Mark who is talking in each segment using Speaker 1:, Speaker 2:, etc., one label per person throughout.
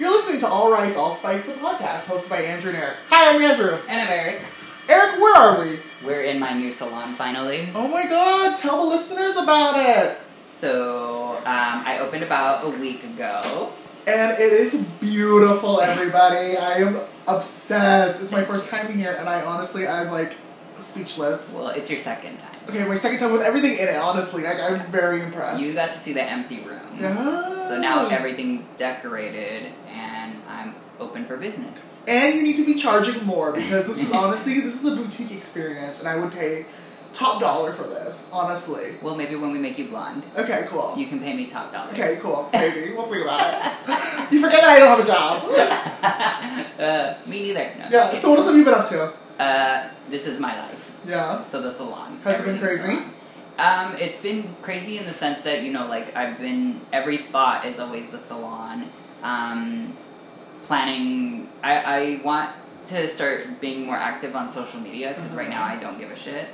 Speaker 1: listening to All Rice, All Spice, the podcast hosted by Andrew and Eric. Hi, I'm Andrew.
Speaker 2: And I'm Eric.
Speaker 1: Eric, where are we?
Speaker 2: We're in my new salon finally.
Speaker 1: Oh my god, tell the listeners about it.
Speaker 2: So um, I opened about a week ago.
Speaker 1: And it is beautiful, everybody. I am obsessed. It's my first time here, and I honestly, I'm like speechless.
Speaker 2: Well, it's your second time.
Speaker 1: Okay, my second time with everything in it, honestly. Like, I'm very impressed.
Speaker 2: You got to see the empty room.
Speaker 1: Yeah.
Speaker 2: So now everything's decorated and I'm open for business.
Speaker 1: And you need to be charging more because this is honestly, this is a boutique experience, and I would pay top dollar for this, honestly.
Speaker 2: Well, maybe when we make you blonde,
Speaker 1: Okay, cool.
Speaker 2: you can pay me top dollar.
Speaker 1: Okay, cool. Maybe. we'll think about it. You forget that I don't have a job.
Speaker 2: Uh, me neither. No,
Speaker 1: Yeah,
Speaker 2: just
Speaker 1: so what else have you been up to?
Speaker 2: kidding. uh, this is my life.
Speaker 1: Yeah.
Speaker 2: So the salon.
Speaker 1: Has it been
Speaker 2: Everything's
Speaker 1: crazy?
Speaker 2: salon. Um, it's been crazy in the sense that you know, like I've been every thought is always the salon. Um, planning. I I want to start being more active on social media because right
Speaker 1: Mm-hmm.
Speaker 2: now I don't give a shit.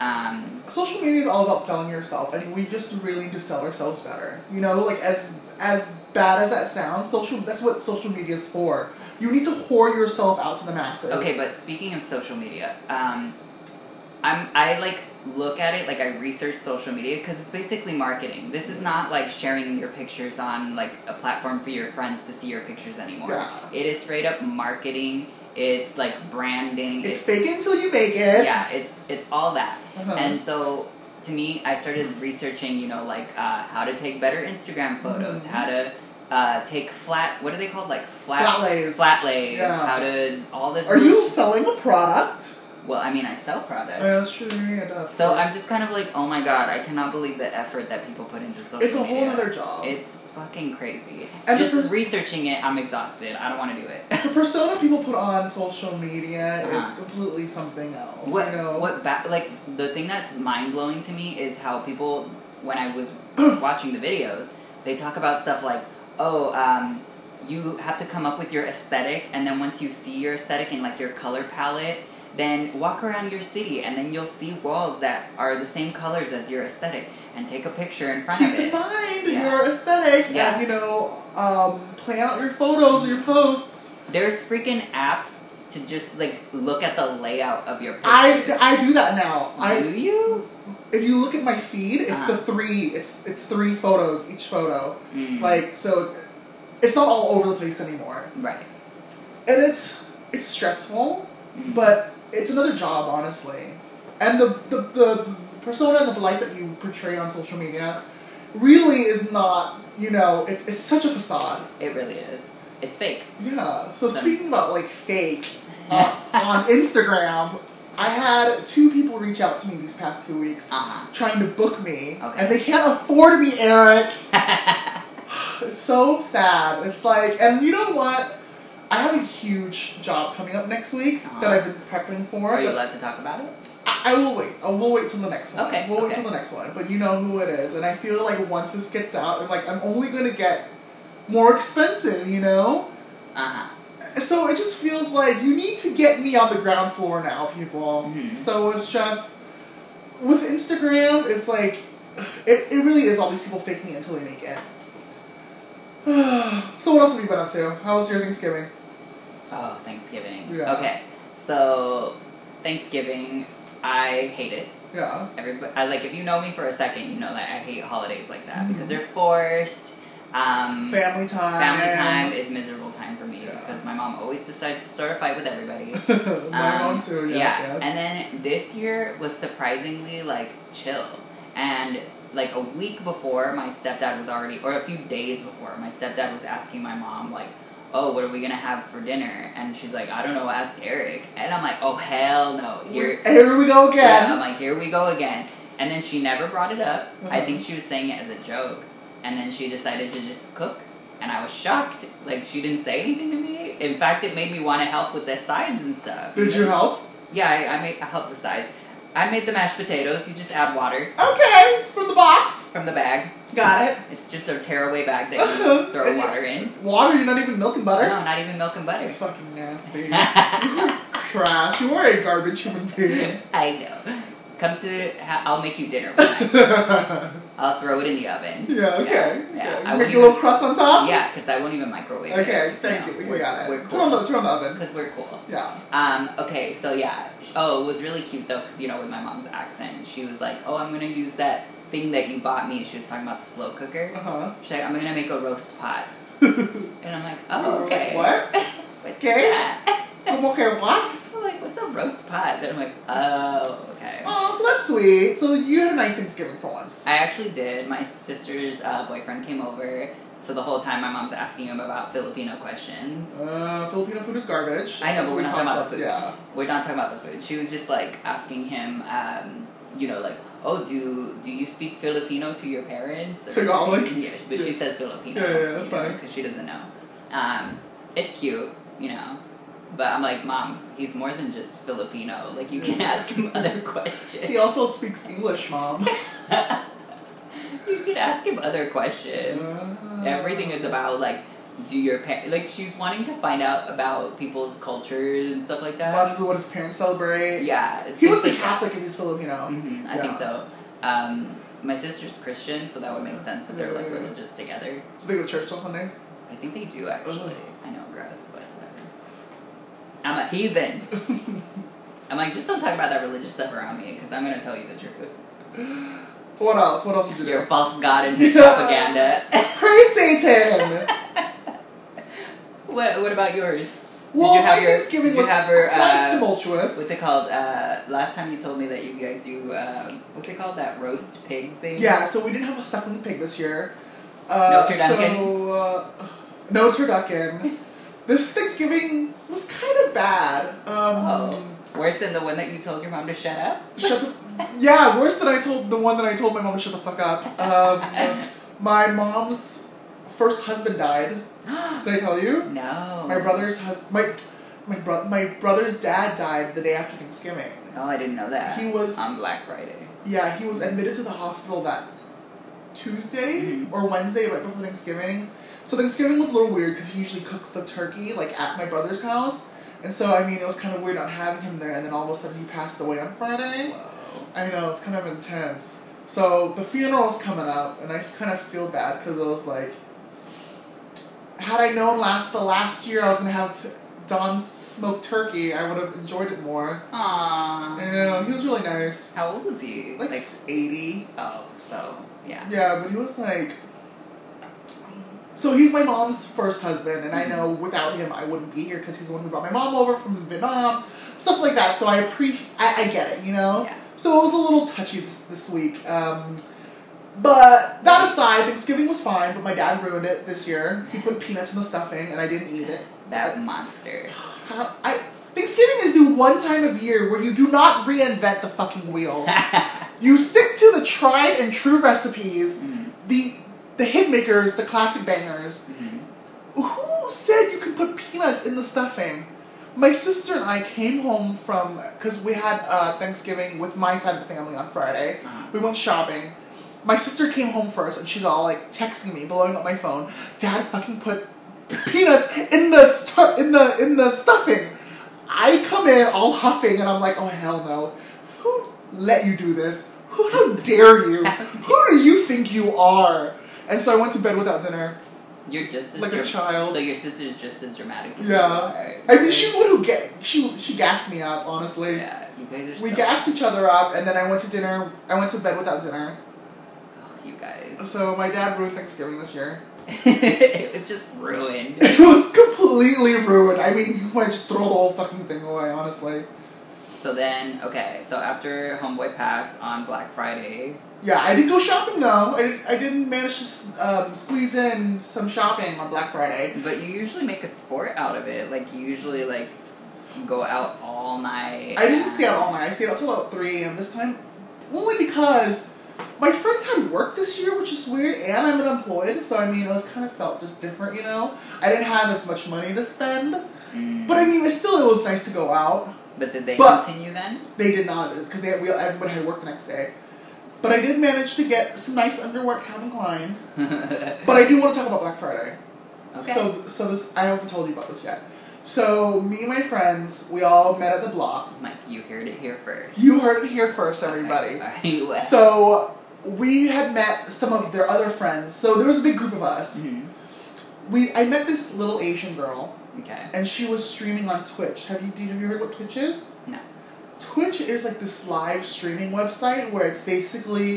Speaker 2: Um,
Speaker 1: Social media is all about selling yourself, and we just really need to sell ourselves better. You know, like as as bad as that sounds, social that's what social media is for. You need to whore yourself out to the masses.
Speaker 2: okay, but speaking of social media, um, I'm I like look at it like I research social media because it's basically marketing. This is not like sharing your pictures on like a platform for your friends to see your pictures anymore.
Speaker 1: Yeah.
Speaker 2: It is straight up marketing. It's like branding.
Speaker 1: it's fake it until you make it.
Speaker 2: yeah. It's it's all that.
Speaker 1: Uh-huh.
Speaker 2: And so to me, I started researching. You know, like uh, how to take better Instagram photos,
Speaker 1: Mhm.
Speaker 2: how to uh, take flat. What are they called? Like flat
Speaker 1: Flat lays.
Speaker 2: Flat lays.
Speaker 1: Yeah.
Speaker 2: How to all this.
Speaker 1: Are you selling a product?
Speaker 2: Well, I mean, I sell products.
Speaker 1: Yeah, that's true. yeah, that's-
Speaker 2: So I'm just kind of like, oh my god, I cannot believe the effort that people put into social
Speaker 1: It's a
Speaker 2: media.
Speaker 1: whole other job.
Speaker 2: It's fucking crazy.
Speaker 1: And
Speaker 2: Just
Speaker 1: the-
Speaker 2: researching it, I'm exhausted. I don't want to do it.
Speaker 1: the persona people put on social media is
Speaker 2: Uh-huh.
Speaker 1: completely something else.
Speaker 2: what?
Speaker 1: You know?
Speaker 2: What? Ba- like the thing that's mind blowing to me is how people, when I was watching the videos, they talk about stuff like, oh, um, you have to come up with your aesthetic, and then once you see your aesthetic and like your color palette. Then walk around your city, and then you'll see walls that are the same colors as your aesthetic, and take a picture in front
Speaker 1: keep
Speaker 2: of it.
Speaker 1: in mind
Speaker 2: Yeah.
Speaker 1: your aesthetic
Speaker 2: Yeah.
Speaker 1: and you know um, plan out your photos your posts
Speaker 2: There's freaking apps to just like look at the layout of your.
Speaker 1: i
Speaker 2: pictures.
Speaker 1: i do that now
Speaker 2: do
Speaker 1: i
Speaker 2: you?
Speaker 1: if you look at my feed it's
Speaker 2: Uh-huh.
Speaker 1: the three it's it's three photos each photo
Speaker 2: Mm,
Speaker 1: like so it's not all over the place anymore
Speaker 2: right.
Speaker 1: and it's it's stressful
Speaker 2: Mm.
Speaker 1: but it's another job honestly and the the, the persona and the life that you portray on social media really is not you know it's, it's such a facade
Speaker 2: it really is. It's fake.
Speaker 1: Yeah. So
Speaker 2: Then-
Speaker 1: speaking about like fake uh, on Instagram, I had two people reach out to me these past two weeks
Speaker 2: Uh
Speaker 1: trying to book me,
Speaker 2: Okay.
Speaker 1: and they can't afford me, Eric.
Speaker 2: huh.
Speaker 1: It's so sad. It's like, and you know what? I have a huge job coming up next week
Speaker 2: Uh-huh.
Speaker 1: that I've been prepping for.
Speaker 2: Are you
Speaker 1: that-
Speaker 2: allowed to talk about it?
Speaker 1: I, I will wait. I will wait till the next one.
Speaker 2: Okay,
Speaker 1: We'll wait
Speaker 2: okay.
Speaker 1: till the next one. But you know who it is, and I feel like once this gets out, I'm like I'm only gonna get more expensive. You know.
Speaker 2: Uh huh.
Speaker 1: So it just feels like you need to get me on the ground floor now, people.
Speaker 2: Mhm.
Speaker 1: So it's just with Instagram, it's like it, it really is all these people fake me until they make it. so what else have you been up to? How was your Thanksgiving?
Speaker 2: Oh, Thanksgiving.
Speaker 1: Yeah.
Speaker 2: Okay. So Thanksgiving, I hate it.
Speaker 1: Yeah.
Speaker 2: Everybody, I, like if you know me for a second, you know that I hate holidays like that
Speaker 1: Mhm.
Speaker 2: because they're forced. Um,
Speaker 1: Family time.
Speaker 2: family time is miserable time for me
Speaker 1: Yeah.
Speaker 2: because my mom always decides to start a fight with everybody.
Speaker 1: My
Speaker 2: Um,
Speaker 1: mom too. Yes,
Speaker 2: yeah.
Speaker 1: yes.
Speaker 2: And then this year was surprisingly like chill. And like a week before, my stepdad was already, or a few days before, my stepdad was asking my mom like, "Oh, what are we gonna have for dinner?" And she's like, "I don't know. Ask Eric." And I'm like, "Oh hell no! Here,
Speaker 1: Here we go again.
Speaker 2: yeah, I'm like, here we go again. And then she never brought it up. I
Speaker 1: Uh-huh.
Speaker 2: think she was saying it as a joke. And then she decided to just cook. And I was shocked. Like, she didn't say anything to me. In fact, it made me want to help with the sides and stuff.
Speaker 1: Did you help?
Speaker 2: Yeah, I, I, made, I helped with sides. I made the mashed potatoes. You just add water
Speaker 1: Okay, from the box.
Speaker 2: from the bag.
Speaker 1: Got it.
Speaker 2: It's just a tearaway bag that you
Speaker 1: Uh-huh.
Speaker 2: throw
Speaker 1: And you-
Speaker 2: water in.
Speaker 1: Water? You're not even milking butter.
Speaker 2: No, not even milk and butter.
Speaker 1: It's fucking nasty. you are trash. You are a garbage human being.
Speaker 2: I know. Come to, ha- I'll make you dinner. one night. I'll throw it in the oven.
Speaker 1: Yeah, okay.
Speaker 2: Yeah,
Speaker 1: okay.
Speaker 2: I
Speaker 1: Make
Speaker 2: wouldn't
Speaker 1: a little crust on top?
Speaker 2: Yeah, because I won't even microwave it.
Speaker 1: Okay,
Speaker 2: 'cause,
Speaker 1: thank
Speaker 2: know,
Speaker 1: you. We
Speaker 2: We're,
Speaker 1: got it.
Speaker 2: we're
Speaker 1: Turn, on
Speaker 2: cool.
Speaker 1: the, turn on the oven.
Speaker 2: Because we're cool.
Speaker 1: Yeah.
Speaker 2: Um, okay, so yeah. Oh, it was really cute though, because you know, with my mom's accent, she was like, "Oh, I'm gonna use that thing that you bought me." She was talking about the slow cooker.
Speaker 1: Uh huh.
Speaker 2: She's like, "I'm gonna make a roast pot," and I'm like,
Speaker 1: We
Speaker 2: "Oh,
Speaker 1: were like,
Speaker 2: okay."
Speaker 1: "What?
Speaker 2: What's
Speaker 1: Okay.
Speaker 2: that?"
Speaker 1: I'm okay, what?
Speaker 2: I'm like, "What's a roast pot?" Then I'm like, "Oh, okay."
Speaker 1: Oh, so that's sweet. So you had a nice Thanksgiving for once.
Speaker 2: I actually did. My sister's uh, boyfriend came over, so the whole time my mom's asking him about Filipino questions.
Speaker 1: Uh, Filipino food is garbage.
Speaker 2: I know, but
Speaker 1: We
Speaker 2: we're not
Speaker 1: talked
Speaker 2: talking about the food.
Speaker 1: Yeah.
Speaker 2: We're not talking about the food. She was just like asking him, um, you know, like, oh, do do you speak Filipino to your parents? Or-
Speaker 1: Tagalog?
Speaker 2: Yeah, but she
Speaker 1: Yeah.
Speaker 2: says Filipino.
Speaker 1: Yeah, yeah, that's fine.
Speaker 2: Because she doesn't know. Um, it's cute, you know. But I'm like, mom, he's more than just Filipino. Like, you can ask him other questions.
Speaker 1: He also speaks English, mom.
Speaker 2: you can ask him other questions.
Speaker 1: Uh,
Speaker 2: Everything is about like, do your parents like? She's wanting to find out about people's cultures and stuff like that.
Speaker 1: About his- what his parents celebrate.
Speaker 2: yeah,
Speaker 1: He must be
Speaker 2: things like that.
Speaker 1: Catholic if he's Filipino.
Speaker 2: hmm I think
Speaker 1: Yeah.
Speaker 2: so. Um, my sister's Christian, so that would make sense that they're like
Speaker 1: Yeah.
Speaker 2: religious together.
Speaker 1: So they go to church on Sundays.
Speaker 2: I think they do actually. I know, gross, but whatever. I'm a heathen. I'm like, just don't talk about that religious stuff around me because I'm gonna tell you the truth.
Speaker 1: What else? What else did you
Speaker 2: You're a
Speaker 1: do?
Speaker 2: false god and his
Speaker 1: Yeah.
Speaker 2: propaganda.
Speaker 1: Praise Satan!
Speaker 2: what What about yours?
Speaker 1: well,
Speaker 2: have
Speaker 1: my
Speaker 2: your-
Speaker 1: Thanksgiving
Speaker 2: did you
Speaker 1: was
Speaker 2: have your,
Speaker 1: quite
Speaker 2: uh,
Speaker 1: tumultuous.
Speaker 2: What's it called? Uh, last time you told me that you guys do uh, what's it called? That roast pig thing.
Speaker 1: Yeah, so we didn't have a suckling pig this year. Uh,
Speaker 2: No turducken?
Speaker 1: So, uh, no turducken. this Thanksgiving was kind of bad. Um,
Speaker 2: Oh, worse than the one that you told your mom to shut up.
Speaker 1: Shut the. Yeah, worse than I told the one that I told my mom to shut the fuck up. Um, my mom's first husband died. Did I tell you?
Speaker 2: no.
Speaker 1: My brother's hus my my bro- my brother's dad died the day after Thanksgiving.
Speaker 2: Oh, I didn't know that.
Speaker 1: He was-
Speaker 2: on Black Friday.
Speaker 1: Yeah, he was admitted to the hospital that Tuesday
Speaker 2: Mhm.
Speaker 1: or Wednesday right before Thanksgiving. So Thanksgiving was a little weird because he usually cooks the turkey like at my brother's house, and so I mean it was kind of weird not having him there. And then all of a sudden he passed away on Friday.
Speaker 2: Whoa.
Speaker 1: I know it's kind of intense. So the funeral's coming up, and I kind of feel bad because I was like, had I known last the last year I was gonna have Don's smoked turkey, I would have enjoyed it more.
Speaker 2: Aww.
Speaker 1: I know he was really nice,
Speaker 2: How old was he?
Speaker 1: like, eighty.
Speaker 2: oh, so yeah.
Speaker 1: Yeah, but he was like. So he's my mom's first husband, and I know without him I wouldn't be here because he's the one who brought my mom over from Vietnam, stuff like that. So I appreciate, I, I get it, you know.
Speaker 2: Yeah.
Speaker 1: So it was a little touchy this, this week. Um, but that aside, Thanksgiving was fine, but my dad ruined it this year. He put peanuts in the stuffing, and I didn't eat it.
Speaker 2: That monster.
Speaker 1: How, I Thanksgiving is the one time of year where you do not reinvent the fucking wheel. you stick to the tried and true recipes
Speaker 2: Mhm,
Speaker 1: the the hit makers, the classic bangers.
Speaker 2: mhm.
Speaker 1: Who said you could put peanuts in the stuffing? My sister and I came home from because we had uh, Thanksgiving with my side of the family on Friday. We went shopping. My sister came home first, and she's all like texting me, blowing up my phone. Dad fucking put peanuts in the stu- in the in the stuffing. I come in all huffing, and I'm like, oh hell no. Who let you do this? Who how dare you? Who do you think you are? And so I went to bed without dinner.
Speaker 2: You're just as
Speaker 1: Like a
Speaker 2: dra-
Speaker 1: child.
Speaker 2: So your sister's just as dramatic. as
Speaker 1: Yeah.
Speaker 2: you are.
Speaker 1: I mean, she's the one who get she she gassed me up. Honestly,
Speaker 2: Yeah, you guys are.
Speaker 1: we
Speaker 2: so,
Speaker 1: gassed each other up, and then I went to dinner. I went to bed without dinner.
Speaker 2: Oh, you guys.
Speaker 1: So my dad ruined Thanksgiving this year.
Speaker 2: it was just ruined.
Speaker 1: It was completely ruined. I mean, you might just throw the whole fucking thing away. Honestly,
Speaker 2: So then, okay, so after Homeboy passed on Black Friday,
Speaker 1: yeah, I did go shopping though. I, I didn't manage to um, squeeze in some shopping on Black Friday.
Speaker 2: but you usually make a sport out of it. Like you usually like go out all night.
Speaker 1: I didn't stay out all night. I stayed out till about three a.m. this time, only because my friends had work this year, which is weird, and I'm unemployed. So I mean, it kind of felt just different, you know. I didn't have as much money to spend,
Speaker 2: Mm.
Speaker 1: but I mean, it still it was nice to go out.
Speaker 2: But did they
Speaker 1: But-
Speaker 2: continue then?
Speaker 1: They did not, because they we, everybody had work the next day. But I did manage to get some nice underwear at Calvin Klein. But I do want to talk about Black Friday.
Speaker 2: Okay.
Speaker 1: So, so this I haven't told you about this yet. So me and my friends, we all met at the block.
Speaker 2: Mike, you heard it here first.
Speaker 1: You heard it here first, everybody.
Speaker 2: Alright, alright, well,
Speaker 1: So we had met some of their other friends. So there was a big group of us.
Speaker 2: Mhm.
Speaker 1: We I met this little Asian girl,
Speaker 2: Okay.
Speaker 1: and she was streaming on Twitch. Have you do you- have you heard what Twitch is?
Speaker 2: No.
Speaker 1: Twitch is like this live streaming website where it's basically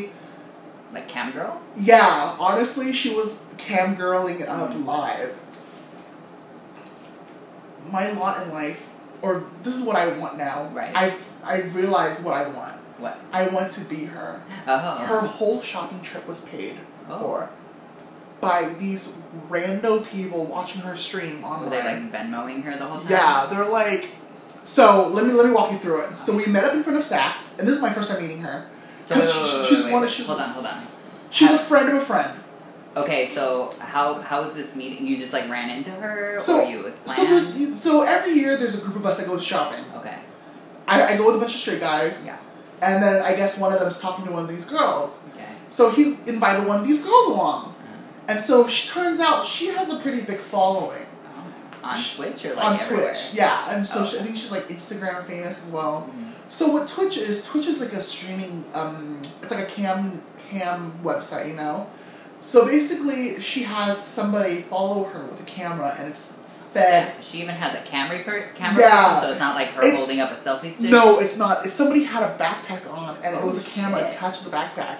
Speaker 2: Like cam girls?
Speaker 1: yeah. Honestly, she was camgirling it up
Speaker 2: Mhm.
Speaker 1: live. My lot in life, or this is what I want now.
Speaker 2: Right.
Speaker 1: I've I've realized what I want.
Speaker 2: What?
Speaker 1: I want to be her.
Speaker 2: Oh.
Speaker 1: Her whole shopping trip was paid
Speaker 2: Oh.
Speaker 1: for by these rando people watching her stream
Speaker 2: Were
Speaker 1: online.
Speaker 2: they like Venmoing her the whole time?
Speaker 1: yeah, they're like. So let me let me walk you through it. So we met up in front of Saks, and this is my first time meeting her.
Speaker 2: So
Speaker 1: 'Cause
Speaker 2: wait, wait,
Speaker 1: she-
Speaker 2: wait,
Speaker 1: she's
Speaker 2: wait,
Speaker 1: one
Speaker 2: wait.
Speaker 1: of- she's-
Speaker 2: Hold on, hold on.
Speaker 1: She's a
Speaker 2: Have-
Speaker 1: friend of a friend.
Speaker 2: Okay, so how how is this meeting? You just like ran into her,
Speaker 1: So-
Speaker 2: or you it was
Speaker 1: So
Speaker 2: planned?
Speaker 1: there's so every year there's a group of us that goes shopping.
Speaker 2: okay,
Speaker 1: I, I go with a bunch of straight guys,
Speaker 2: yeah,
Speaker 1: and then I guess one of them's talking to one of these girls.
Speaker 2: okay,
Speaker 1: So he invited one of these girls along,
Speaker 2: Uh-huh.
Speaker 1: and so she turns out she has a pretty big following.
Speaker 2: Um, on Twitch or like
Speaker 1: on
Speaker 2: everywhere?
Speaker 1: Twitch, yeah, and so
Speaker 2: Oh.
Speaker 1: she, I think she's like Instagram famous as well.
Speaker 2: Mhm.
Speaker 1: So what Twitch is? Twitch is like a streaming. Um, it's like a cam cam website, you know. So basically, she has somebody follow her with a camera, and it's fed.
Speaker 2: Yeah, she even has a camera per- camera
Speaker 1: Yeah.
Speaker 2: person, so it's not like her
Speaker 1: It's-
Speaker 2: holding up a selfie stick.
Speaker 1: No, it's not. It's somebody had a backpack on, and it
Speaker 2: Oh,
Speaker 1: was a camera
Speaker 2: shit.
Speaker 1: attached to the backpack.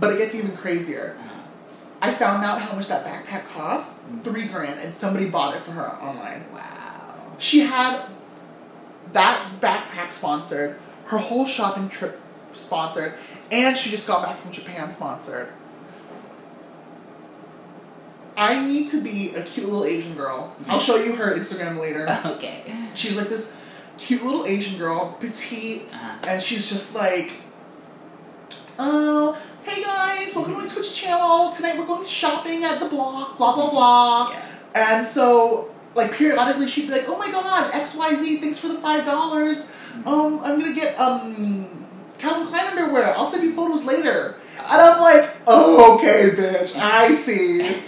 Speaker 1: But it gets even crazier.
Speaker 2: Uh-huh.
Speaker 1: I found out how much that backpack cost
Speaker 2: Mm.
Speaker 1: three grand, and somebody bought it for her online.
Speaker 2: Wow.
Speaker 1: She had that backpack sponsored, her whole shopping trip sponsored, and she just got back from Japan sponsored. I need to be a cute little Asian girl. I'll show you her Instagram later.
Speaker 2: Okay.
Speaker 1: She's like this cute little Asian girl, petite,
Speaker 2: Uh-huh.
Speaker 1: and she's just like, oh, hey guys, welcome to my Twitch channel. Tonight we're going shopping at the block, blah, blah, blah.
Speaker 2: Yeah.
Speaker 1: And so, like periodically, she'd be like, "Oh my God, X Y Z, thanks for the five dollars. Um, I'm gonna get um Calvin Klein underwear. I'll send you photos later." And I'm like, "Oh, okay, bitch. I see.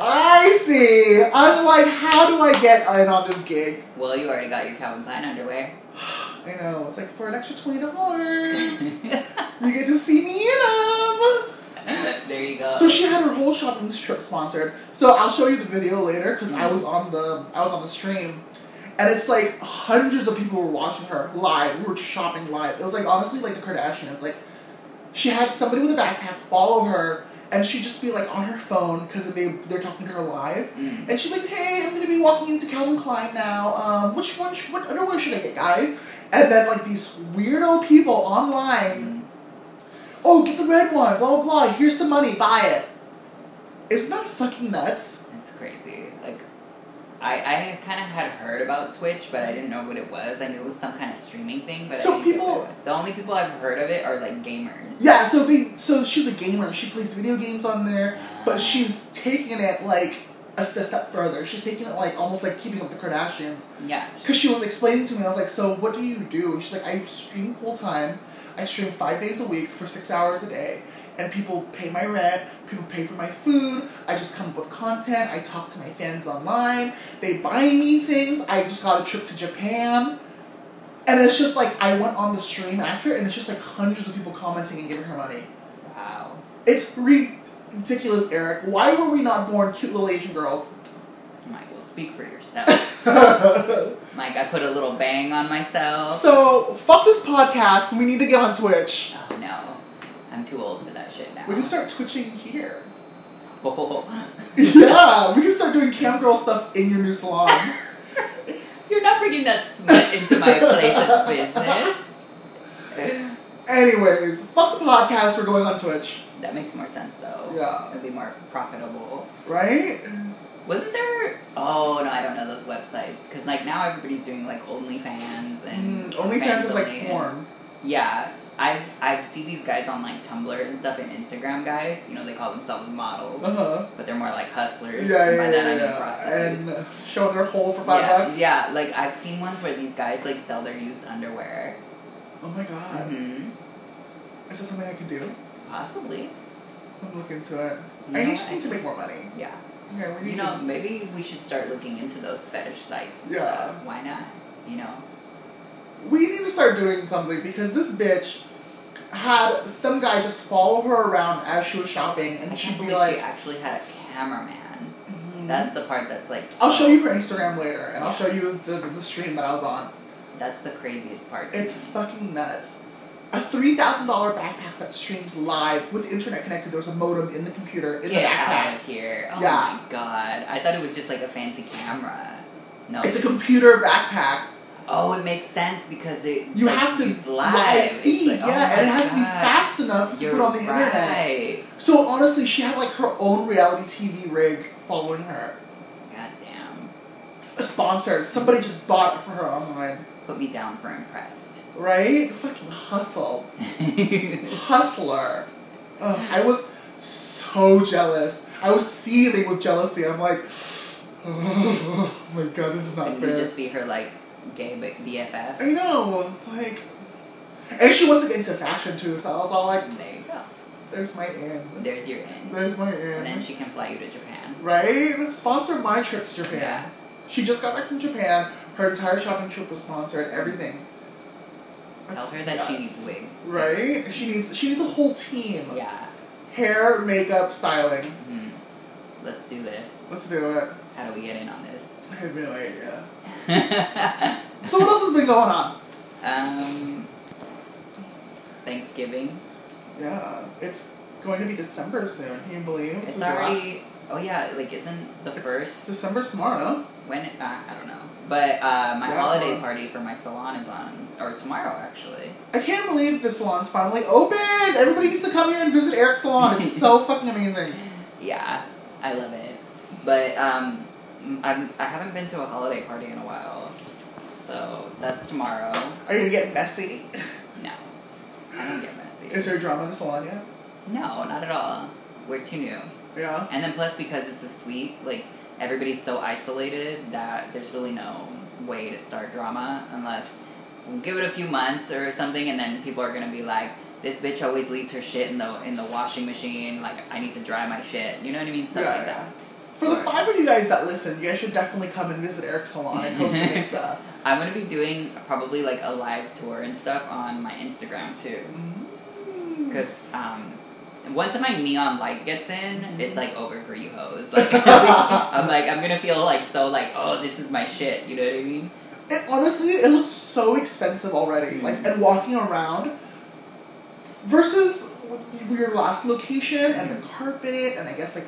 Speaker 1: I see." I'm like, "How do I get in on this gig?"
Speaker 2: well, you already got your Calvin Klein underwear.
Speaker 1: I know it's like for an extra twenty dollars, you get to see me in them.
Speaker 2: there you go.
Speaker 1: So she had her whole shopping trip sponsored. So I'll show you the video later because I was on the I was on the stream, and it's like hundreds of people were watching her live. We were shopping live. It was like honestly like the Kardashians. Like she had somebody with a backpack follow her, and she'd just be like on her phone because they they're talking to her live,
Speaker 2: Mm.
Speaker 1: and she'd be like, "Hey, I'm gonna be walking into Calvin Klein now. Um, which one? Sh- what underwear should I get, guys?" And then like these weirdo people online
Speaker 2: Mm.
Speaker 1: oh, get the red one, blah, blah, blah, here's some money, buy it. Isn't that fucking nuts?
Speaker 2: It's crazy. Like, I, I kind of had heard about Twitch, but I didn't know what it was. I knew it was some kind of streaming thing, but I
Speaker 1: So
Speaker 2: didn't get
Speaker 1: people-
Speaker 2: what it was. the only people I've heard of it are like gamers.
Speaker 1: Yeah, so they, so she's a gamer, she plays video games on there,
Speaker 2: Ah.
Speaker 1: but she's taking it like a, s- a step further. She's taking it like almost like keeping up with the Kardashians.
Speaker 2: yeah.
Speaker 1: Because she was explaining to me, I was like, so what do you do? And she's like, I stream full time, I stream five days a week for six hours a day. And people pay my rent, people pay for my food, I just come up with content, I talk to my fans online, they buy me things, I just got a trip to Japan. And it's just like I went on the stream after, and it's just like hundreds of people commenting and giving her money.
Speaker 2: Wow.
Speaker 1: It's ridiculous, Eric. Why were we not born cute little Asian girls?
Speaker 2: Mike, well, speak for yourself.
Speaker 1: so
Speaker 2: Mike, I put a little bang on myself.
Speaker 1: fuck this podcast. We need to get on Twitch.
Speaker 2: oh no, I'm too old for that shit now.
Speaker 1: We can start twitching here.
Speaker 2: Oh.
Speaker 1: Yeah, we can start doing cam girl stuff in your new salon.
Speaker 2: You're not bringing that smut into my place of business.
Speaker 1: Anyways, fuck the podcast. We're going on Twitch,
Speaker 2: That makes more sense though.
Speaker 1: Yeah.
Speaker 2: It'd be more profitable.
Speaker 1: right? Mm,
Speaker 2: Wasn't there? Oh no, I don't know those websites because like now everybody's doing like OnlyFans and
Speaker 1: Mm, OnlyFans is like
Speaker 2: Fans Only and-
Speaker 1: porn.
Speaker 2: Yeah, I've I've seen these guys on like Tumblr and stuff and Instagram guys. You know they call themselves models,
Speaker 1: Uh huh.
Speaker 2: but they're more like
Speaker 1: Yeah,
Speaker 2: hustlers. and
Speaker 1: yeah,
Speaker 2: by
Speaker 1: yeah,
Speaker 2: that
Speaker 1: yeah.
Speaker 2: I mean
Speaker 1: And
Speaker 2: prostitutes.
Speaker 1: showing their hole for five
Speaker 2: yeah,
Speaker 1: bucks.
Speaker 2: yeah, like I've seen ones where these guys like sell their used underwear.
Speaker 1: Oh my god.
Speaker 2: hmm
Speaker 1: Is that something I can do?
Speaker 2: Possibly.
Speaker 1: I'm looking into it.
Speaker 2: You
Speaker 1: I
Speaker 2: know,
Speaker 1: need, just need to make more money.
Speaker 2: Yeah.
Speaker 1: Okay, we need
Speaker 2: You know,
Speaker 1: to.
Speaker 2: maybe we should start looking into those fetish sites. and
Speaker 1: Yeah.
Speaker 2: Stuff. Why not? You know.
Speaker 1: We need to start doing something because this bitch, had some guy just follow her around as she was shopping,
Speaker 2: I
Speaker 1: and
Speaker 2: can't
Speaker 1: she'd be
Speaker 2: believe
Speaker 1: like,
Speaker 2: she actually had a cameraman.
Speaker 1: "Mhm."
Speaker 2: That's the part that's like.
Speaker 1: "Mm, I'll show you her Instagram later, and I'll
Speaker 2: Yeah.
Speaker 1: show you the, the stream that I was on.
Speaker 2: That's the craziest part.
Speaker 1: It's fucking nuts. A three thousand dollar backpack that streams live with internet connected. There was a modem in the computer in
Speaker 2: Get
Speaker 1: the
Speaker 2: out
Speaker 1: backpack.
Speaker 2: of here! Oh
Speaker 1: Yeah.
Speaker 2: my god! I thought it was just like a fancy camera. No.
Speaker 1: It's a computer backpack.
Speaker 2: oh, it makes sense because it.
Speaker 1: You
Speaker 2: like,
Speaker 1: have to
Speaker 2: it's live.
Speaker 1: live
Speaker 2: It's
Speaker 1: feed,
Speaker 2: like, oh
Speaker 1: yeah,
Speaker 2: my
Speaker 1: and it has to be
Speaker 2: God.
Speaker 1: fast enough to
Speaker 2: You're
Speaker 1: put on the internet.
Speaker 2: right.
Speaker 1: So honestly, she had like her own reality TV rig following her.
Speaker 2: God damn!
Speaker 1: A sponsor. Somebody just bought it for her online,
Speaker 2: Put me down for impressed.
Speaker 1: right? Fucking hustle. hustler. Ugh, I was so jealous. I was seething with jealousy. I'm like, oh my god, this is not
Speaker 2: Could we
Speaker 1: fair.
Speaker 2: just be her like gay b- BFF?
Speaker 1: I know. It's like, and she wasn't into fashion too, so I was all like,
Speaker 2: There you go.
Speaker 1: there's my in.
Speaker 2: There's your in.
Speaker 1: There's my in.
Speaker 2: And then she can fly you to Japan.
Speaker 1: right? Sponsor my trip to Japan.
Speaker 2: Yeah.
Speaker 1: She just got back from Japan. Her entire shopping trip was sponsored. Everything.
Speaker 2: Tell
Speaker 1: That's
Speaker 2: her that she needs
Speaker 1: nuts.
Speaker 2: wigs.
Speaker 1: Right? She needs. She needs a whole team.
Speaker 2: Yeah.
Speaker 1: Hair, makeup, styling.
Speaker 2: Mhm. Let's do this.
Speaker 1: Let's do it.
Speaker 2: How do we get in on this?
Speaker 1: I have no idea. So what else has been going on?
Speaker 2: um, Thanksgiving.
Speaker 1: Yeah, it's going to be December soon. Can you believe
Speaker 2: It's,
Speaker 1: like the last-
Speaker 2: already. Oh yeah, like isn't the
Speaker 1: it's
Speaker 2: first
Speaker 1: December tomorrow.
Speaker 2: when? It, uh, I don't know. But uh, my
Speaker 1: Yeah,
Speaker 2: holiday
Speaker 1: tomorrow.
Speaker 2: party for my salon is on or tomorrow actually.
Speaker 1: I can't believe this salon's finally open. Everybody needs to come here and visit Eric's salon. It's so fucking amazing.
Speaker 2: Yeah, I love it. But um, I'm, I haven't been to a holiday party in a while, so that's tomorrow.
Speaker 1: Are you gonna get messy?
Speaker 2: No, I don't get messy.
Speaker 1: Is there drama in the salon yet?
Speaker 2: No, not at all. We're too new.
Speaker 1: Yeah.
Speaker 2: And then plus because it's a suite, like everybody's so isolated that there's really no way to start drama unless we give it a few months or something and then people are gonna be like, This bitch always leaves her shit in the in the washing machine, like I need to dry my shit. You know what I mean? Stuff
Speaker 1: yeah,
Speaker 2: like
Speaker 1: yeah.
Speaker 2: that.
Speaker 1: For the five of you guys that listen, you guys should definitely come and visit Eric's salon in Costa Mesa.
Speaker 2: I'm gonna be doing probably like a live tour and stuff on my Instagram too. Because um, once my neon light gets in, it's like over for you hoes. Like, I'm like, I'm gonna feel like so like, oh, this is my shit. You know what I mean?
Speaker 1: It honestly, it looks so expensive
Speaker 2: Mm.
Speaker 1: already. Like, and walking around versus your last location and the carpet, and I guess like,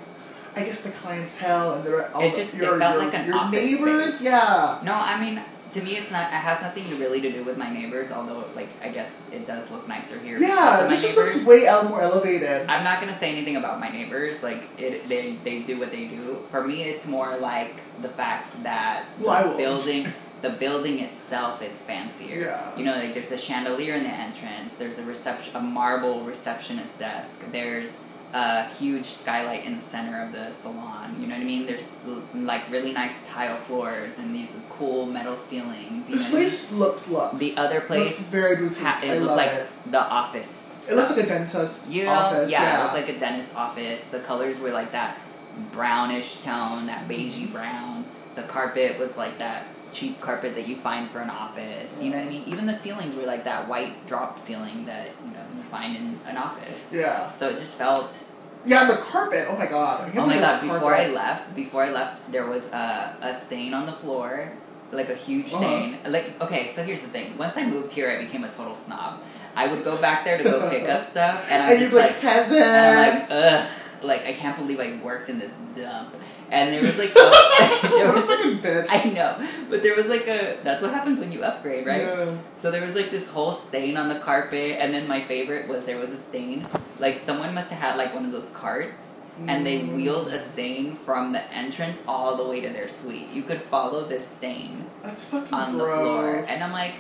Speaker 1: I guess the clientele and the all
Speaker 2: It
Speaker 1: the-
Speaker 2: just- it
Speaker 1: your,
Speaker 2: felt
Speaker 1: your,
Speaker 2: like an
Speaker 1: your
Speaker 2: office
Speaker 1: neighbors.
Speaker 2: space.
Speaker 1: Yeah,
Speaker 2: No, I mean, to me, it's not. It has nothing to really to do with my neighbors. Although, like, I guess it does look nicer here. because
Speaker 1: yeah.
Speaker 2: of my
Speaker 1: This just
Speaker 2: neighbors.
Speaker 1: looks way el- more elevated.
Speaker 2: I'm not gonna say anything about my neighbors. Like it, they they do what they do. For me, it's more like the fact that
Speaker 1: Well, I
Speaker 2: the
Speaker 1: will.
Speaker 2: building, the building itself is fancier.
Speaker 1: Yeah.
Speaker 2: You know, like there's a chandelier in the entrance. There's a reception, a marble receptionist desk. There's a huge skylight in the center of the salon. You know what I mean? There's l- like really nice tile floors and these cool metal ceilings. You
Speaker 1: This
Speaker 2: know what I mean?
Speaker 1: place looks luxe.
Speaker 2: The other
Speaker 1: looks
Speaker 2: place
Speaker 1: very boutique.
Speaker 2: Ha-
Speaker 1: I
Speaker 2: it
Speaker 1: love
Speaker 2: looked like
Speaker 1: it.
Speaker 2: the office.
Speaker 1: It looks like a dentist's
Speaker 2: You know,
Speaker 1: office.
Speaker 2: yeah, it
Speaker 1: Yeah,
Speaker 2: looked like a dentist office. The colors were like that brownish tone, that beigey brown. The carpet was like that cheap carpet that you find for an office. You know what I mean? Even the ceilings were like that white drop ceiling that you know you find in an office.
Speaker 1: yeah,
Speaker 2: So it just felt.
Speaker 1: yeah. and The carpet. Oh my god. I can't
Speaker 2: Oh my
Speaker 1: believe
Speaker 2: god!
Speaker 1: this
Speaker 2: Before I
Speaker 1: carpet.
Speaker 2: left, before I left, there was a, a stain on the floor, like a huge
Speaker 1: Uh-huh.
Speaker 2: stain. Like okay, so here's the thing. Once I moved here, I became a total snob. I would go back there to go pick up stuff, and I'm
Speaker 1: and
Speaker 2: just
Speaker 1: you're like,
Speaker 2: like
Speaker 1: peasants.
Speaker 2: and I'm like, ugh, like I can't believe I worked in this dump. And there was like, a, there
Speaker 1: what a
Speaker 2: was like,
Speaker 1: fucking bitch.
Speaker 2: I know, but there was like a. That's what happens when you upgrade, right?
Speaker 1: Yeah.
Speaker 2: So there was like this whole stain on the carpet, and then my favorite was there was a stain. Like someone must have had like one of those carts, and they
Speaker 1: Mm.
Speaker 2: wheeled a stain from the entrance all the way to their suite. You could follow this stain
Speaker 1: That's fucking
Speaker 2: on the floor,
Speaker 1: gross.
Speaker 2: and I'm like,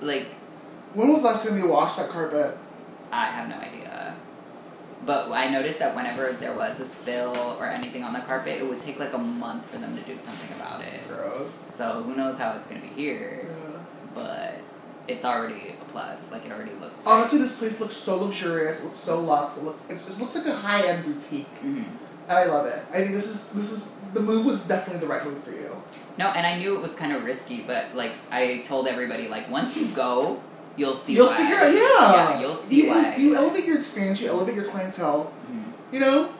Speaker 2: like
Speaker 1: when was the last time you washed that carpet?
Speaker 2: I have no idea. But I noticed that whenever there was a spill or anything on the carpet, it would take like a month for them to do something about it.
Speaker 1: Gross.
Speaker 2: So who knows how it's gonna be
Speaker 1: Yeah.
Speaker 2: here, but it's already a plus. Like it already looks.
Speaker 1: Honestly, Oh, this place looks so luxurious. It looks so luxe. It looks. It just looks like a high end boutique,
Speaker 2: hmm
Speaker 1: and I love it. I think this is this is the move was definitely the right move for you.
Speaker 2: No, and I knew it was kind of risky, but like I told everybody, like once you go, you'll see.
Speaker 1: you'll
Speaker 2: why.
Speaker 1: figure out. Yeah,
Speaker 2: Yeah, you'll see
Speaker 1: you,
Speaker 2: why.
Speaker 1: you elevate your experience. You elevate your clientele.
Speaker 2: Mhm.
Speaker 1: You know,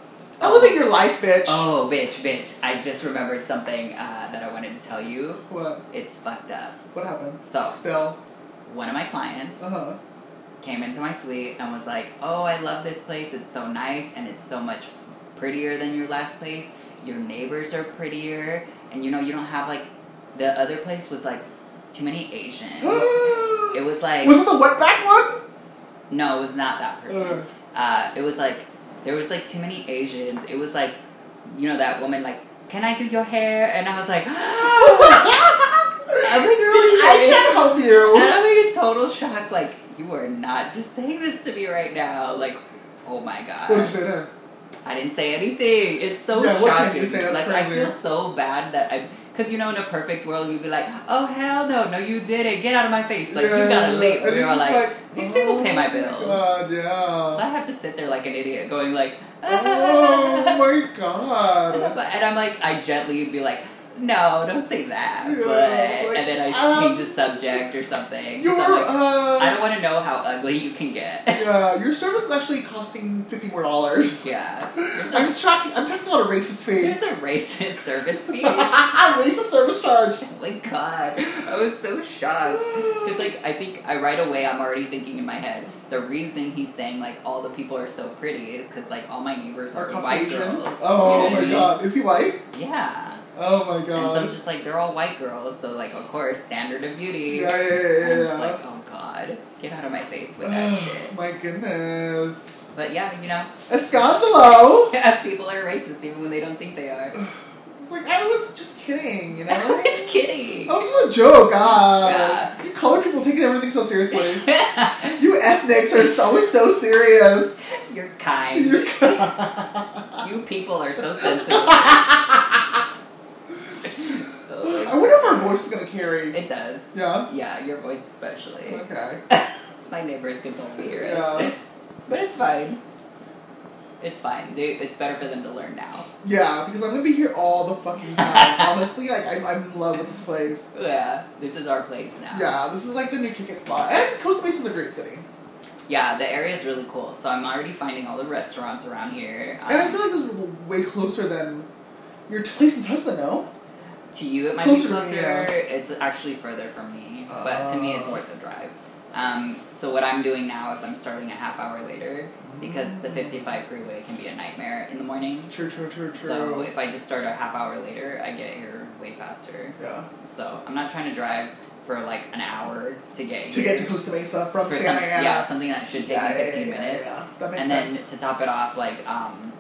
Speaker 1: elevate your life, bitch.
Speaker 2: Oh, bitch, bitch! I just remembered something uh, that I wanted to tell you.
Speaker 1: What?
Speaker 2: It's fucked up.
Speaker 1: What happened?
Speaker 2: So.
Speaker 1: Still.
Speaker 2: One of my clients
Speaker 1: Uh huh.
Speaker 2: came into my suite and was like, "Oh, I love this place. It's so nice and it's so much prettier than your last place. Your neighbors are prettier, and you know you don't have like the other place was like too many Asians. it was like
Speaker 1: Was it the wetback one?
Speaker 2: no, it was not that person.
Speaker 1: Uh,
Speaker 2: Uh, it was like there was like too many Asians. It was like you know that woman like, "Can I do your hair?" And I was like.
Speaker 1: I, can't help
Speaker 2: And
Speaker 1: you.
Speaker 2: I'm like in total shock, like, you are not just saying this to me right now. Like, oh my
Speaker 1: What did you
Speaker 2: god.
Speaker 1: say there?
Speaker 2: I didn't say anything. It's so
Speaker 1: Yeah,
Speaker 2: shocking.
Speaker 1: what can you say? That's
Speaker 2: like,
Speaker 1: crazy.
Speaker 2: I feel so bad that I. Because, you know, in a perfect world, you'd be like, oh, hell no, no, you didn't. Get out of my face. Like, you gotta leave.
Speaker 1: And
Speaker 2: We
Speaker 1: he
Speaker 2: were
Speaker 1: was
Speaker 2: like, these people pay my
Speaker 1: oh
Speaker 2: bills.
Speaker 1: God,
Speaker 2: so
Speaker 1: yeah.
Speaker 2: I have to sit there like an idiot going, like,
Speaker 1: oh my god.
Speaker 2: But- and I'm like, I gently be like, no, don't say that.
Speaker 1: Yeah,
Speaker 2: but,
Speaker 1: like,
Speaker 2: and then I change the
Speaker 1: um,
Speaker 2: subject or something. 'Cause
Speaker 1: Your
Speaker 2: I'm like, I
Speaker 1: uh,
Speaker 2: don't want to know how ugly you can get.
Speaker 1: yeah, your service is actually costing fifty more dollars.
Speaker 2: yeah.
Speaker 1: I'm talking. I'm talking about a racist fee.
Speaker 2: There's a racist service fee. oh
Speaker 1: racist service charge.
Speaker 2: my god. I was so shocked. Because, like, I think I right away, I'm already thinking in my head, the reason he's saying, like, all the people are so pretty is because, like, all my neighbors
Speaker 1: Or
Speaker 2: are white
Speaker 1: Caucasian.
Speaker 2: girls.
Speaker 1: Oh
Speaker 2: You know what I
Speaker 1: my
Speaker 2: mean?
Speaker 1: god. Is he white?
Speaker 2: Yeah.
Speaker 1: Oh my
Speaker 2: And so
Speaker 1: god.
Speaker 2: I'm just like, they're all white girls, so, like, of course, standard of beauty.
Speaker 1: yeah, yeah, yeah,
Speaker 2: I'm
Speaker 1: yeah,
Speaker 2: just
Speaker 1: yeah.
Speaker 2: like, oh god, get out of my face with that
Speaker 1: Oh,
Speaker 2: shit.
Speaker 1: my goodness.
Speaker 2: But yeah, you know,
Speaker 1: Escandalo!
Speaker 2: people are racist even when they don't think they are.
Speaker 1: It's like, I was just kidding, you know?
Speaker 2: I
Speaker 1: that
Speaker 2: was kidding.
Speaker 1: was just a joke, God.
Speaker 2: Yeah.
Speaker 1: You colored people taking everything so seriously. you ethnics are so, always so serious.
Speaker 2: You're kind.
Speaker 1: You're
Speaker 2: you people are so sensitive. Oh,
Speaker 1: I wonder if our voice is gonna carry.
Speaker 2: it does.
Speaker 1: Yeah?
Speaker 2: Yeah, your voice especially.
Speaker 1: Okay.
Speaker 2: My neighbors can totally hear it.
Speaker 1: Yeah.
Speaker 2: But it's fine. It's fine. They, it's better for them to learn now.
Speaker 1: Yeah, because I'm gonna be here all the fucking time. Honestly, like, I'm, I'm in love with this place.
Speaker 2: Yeah, this is our place now.
Speaker 1: Yeah, this is like the new ticket spot. And Costa Mesa is a great city.
Speaker 2: Yeah, the area is really cool. So I'm already finding all the restaurants around here.
Speaker 1: And I
Speaker 2: Um,
Speaker 1: feel like this is way closer than your place in Tusla, no?
Speaker 2: To you, it might
Speaker 1: Closer
Speaker 2: be
Speaker 1: to me,
Speaker 2: closer.
Speaker 1: yeah.
Speaker 2: It's actually further from me, but to me, it's
Speaker 1: Oh.
Speaker 2: worth the drive. Um, so what I'm doing now is I'm starting a half hour later because the
Speaker 1: Mm.
Speaker 2: 55 freeway can be a nightmare in the morning.
Speaker 1: True, true, true, true.
Speaker 2: So if I just start a half hour later, I get here way faster.
Speaker 1: yeah.
Speaker 2: So I'm not trying to drive for like an hour to get
Speaker 1: To
Speaker 2: here
Speaker 1: get to Costa Mesa from
Speaker 2: for
Speaker 1: Santa
Speaker 2: some-
Speaker 1: Ana.
Speaker 2: Yeah, something that should take
Speaker 1: Yeah,
Speaker 2: me
Speaker 1: yeah,
Speaker 2: 15
Speaker 1: yeah, yeah,
Speaker 2: minutes.
Speaker 1: yeah. That makes
Speaker 2: and
Speaker 1: sense.
Speaker 2: then to top it off, like, um,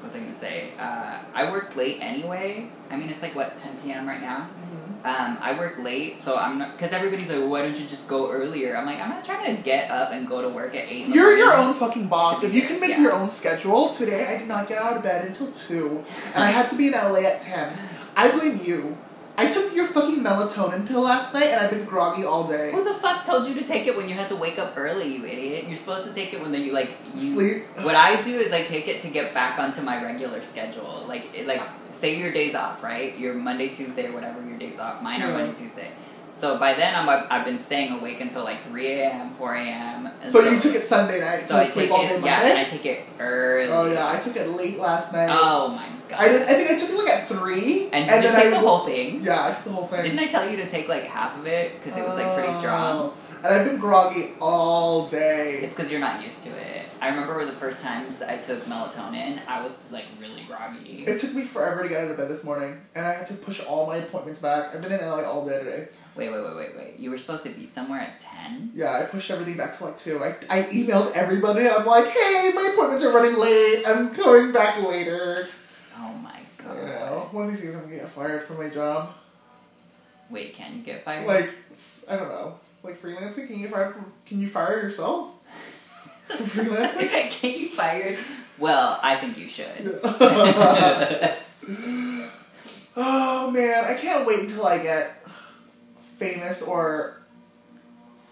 Speaker 2: what was I gonna say? Uh, I work late anyway. I mean, it's like what 10 p.m. right now.
Speaker 1: Mhm.
Speaker 2: Um, I work late, so I'm not because everybody's like, well, why don't you just go earlier? I'm like, I'm not trying to get up and go to work at eight. in the
Speaker 1: You're your
Speaker 2: morning.
Speaker 1: own fucking boss. If you can make
Speaker 2: Yeah.
Speaker 1: your own schedule, today I did not get out of bed until 2, and I had to be in LA at 10. I blame you. I took your fucking melatonin pill last night, and I've been groggy all day.
Speaker 2: Who the fuck told you to take it when you had to wake up early, you idiot? You're supposed to take it when then you like you,
Speaker 1: Sleep.
Speaker 2: What I do is I take it to get back onto my regular schedule. Like it, like say your days off, right? Your Monday, Tuesday, or whatever your days off. Mine are
Speaker 1: Yeah.
Speaker 2: Monday, Tuesday. So by then I'm I've been staying awake until like three a.m., four a.m. and
Speaker 1: So you took it Sunday night,
Speaker 2: So
Speaker 1: you
Speaker 2: I
Speaker 1: sleep
Speaker 2: take
Speaker 1: all day
Speaker 2: it. Yeah, and I
Speaker 1: Monday?
Speaker 2: take it early.
Speaker 1: oh, yeah. I took it late last night.
Speaker 2: Oh my god.
Speaker 1: I, did, I think I took it like at 3,
Speaker 2: and did you
Speaker 1: then
Speaker 2: take
Speaker 1: I
Speaker 2: the whole thing?
Speaker 1: Yeah, I took the whole thing.
Speaker 2: Didn't I tell you to take like half of it because it was like pretty strong?
Speaker 1: Oh. And I've been groggy all day.
Speaker 2: It's because you're not used to it. I remember the first times I took melatonin, I was like really groggy.
Speaker 1: It took me forever to get out of bed this morning, and I had to push all my appointments back. I've been in LA all day today.
Speaker 2: Wait, wait, wait, wait, wait. You were supposed to be somewhere at 10?
Speaker 1: Yeah, I pushed everything back to like two. I, I emailed everybody. I'm like, hey, my appointments are running late. I'm coming back later.
Speaker 2: Oh my
Speaker 1: I
Speaker 2: god.
Speaker 1: don't know. One of these days I'm gonna get fired from my job.
Speaker 2: Wait, can you get fired?
Speaker 1: Like, I don't know. Like freelancing, can you fire? Can you fire yourself? freelancing.
Speaker 2: can you fire? Well, I think you should.
Speaker 1: Oh man, I can't wait until I get famous or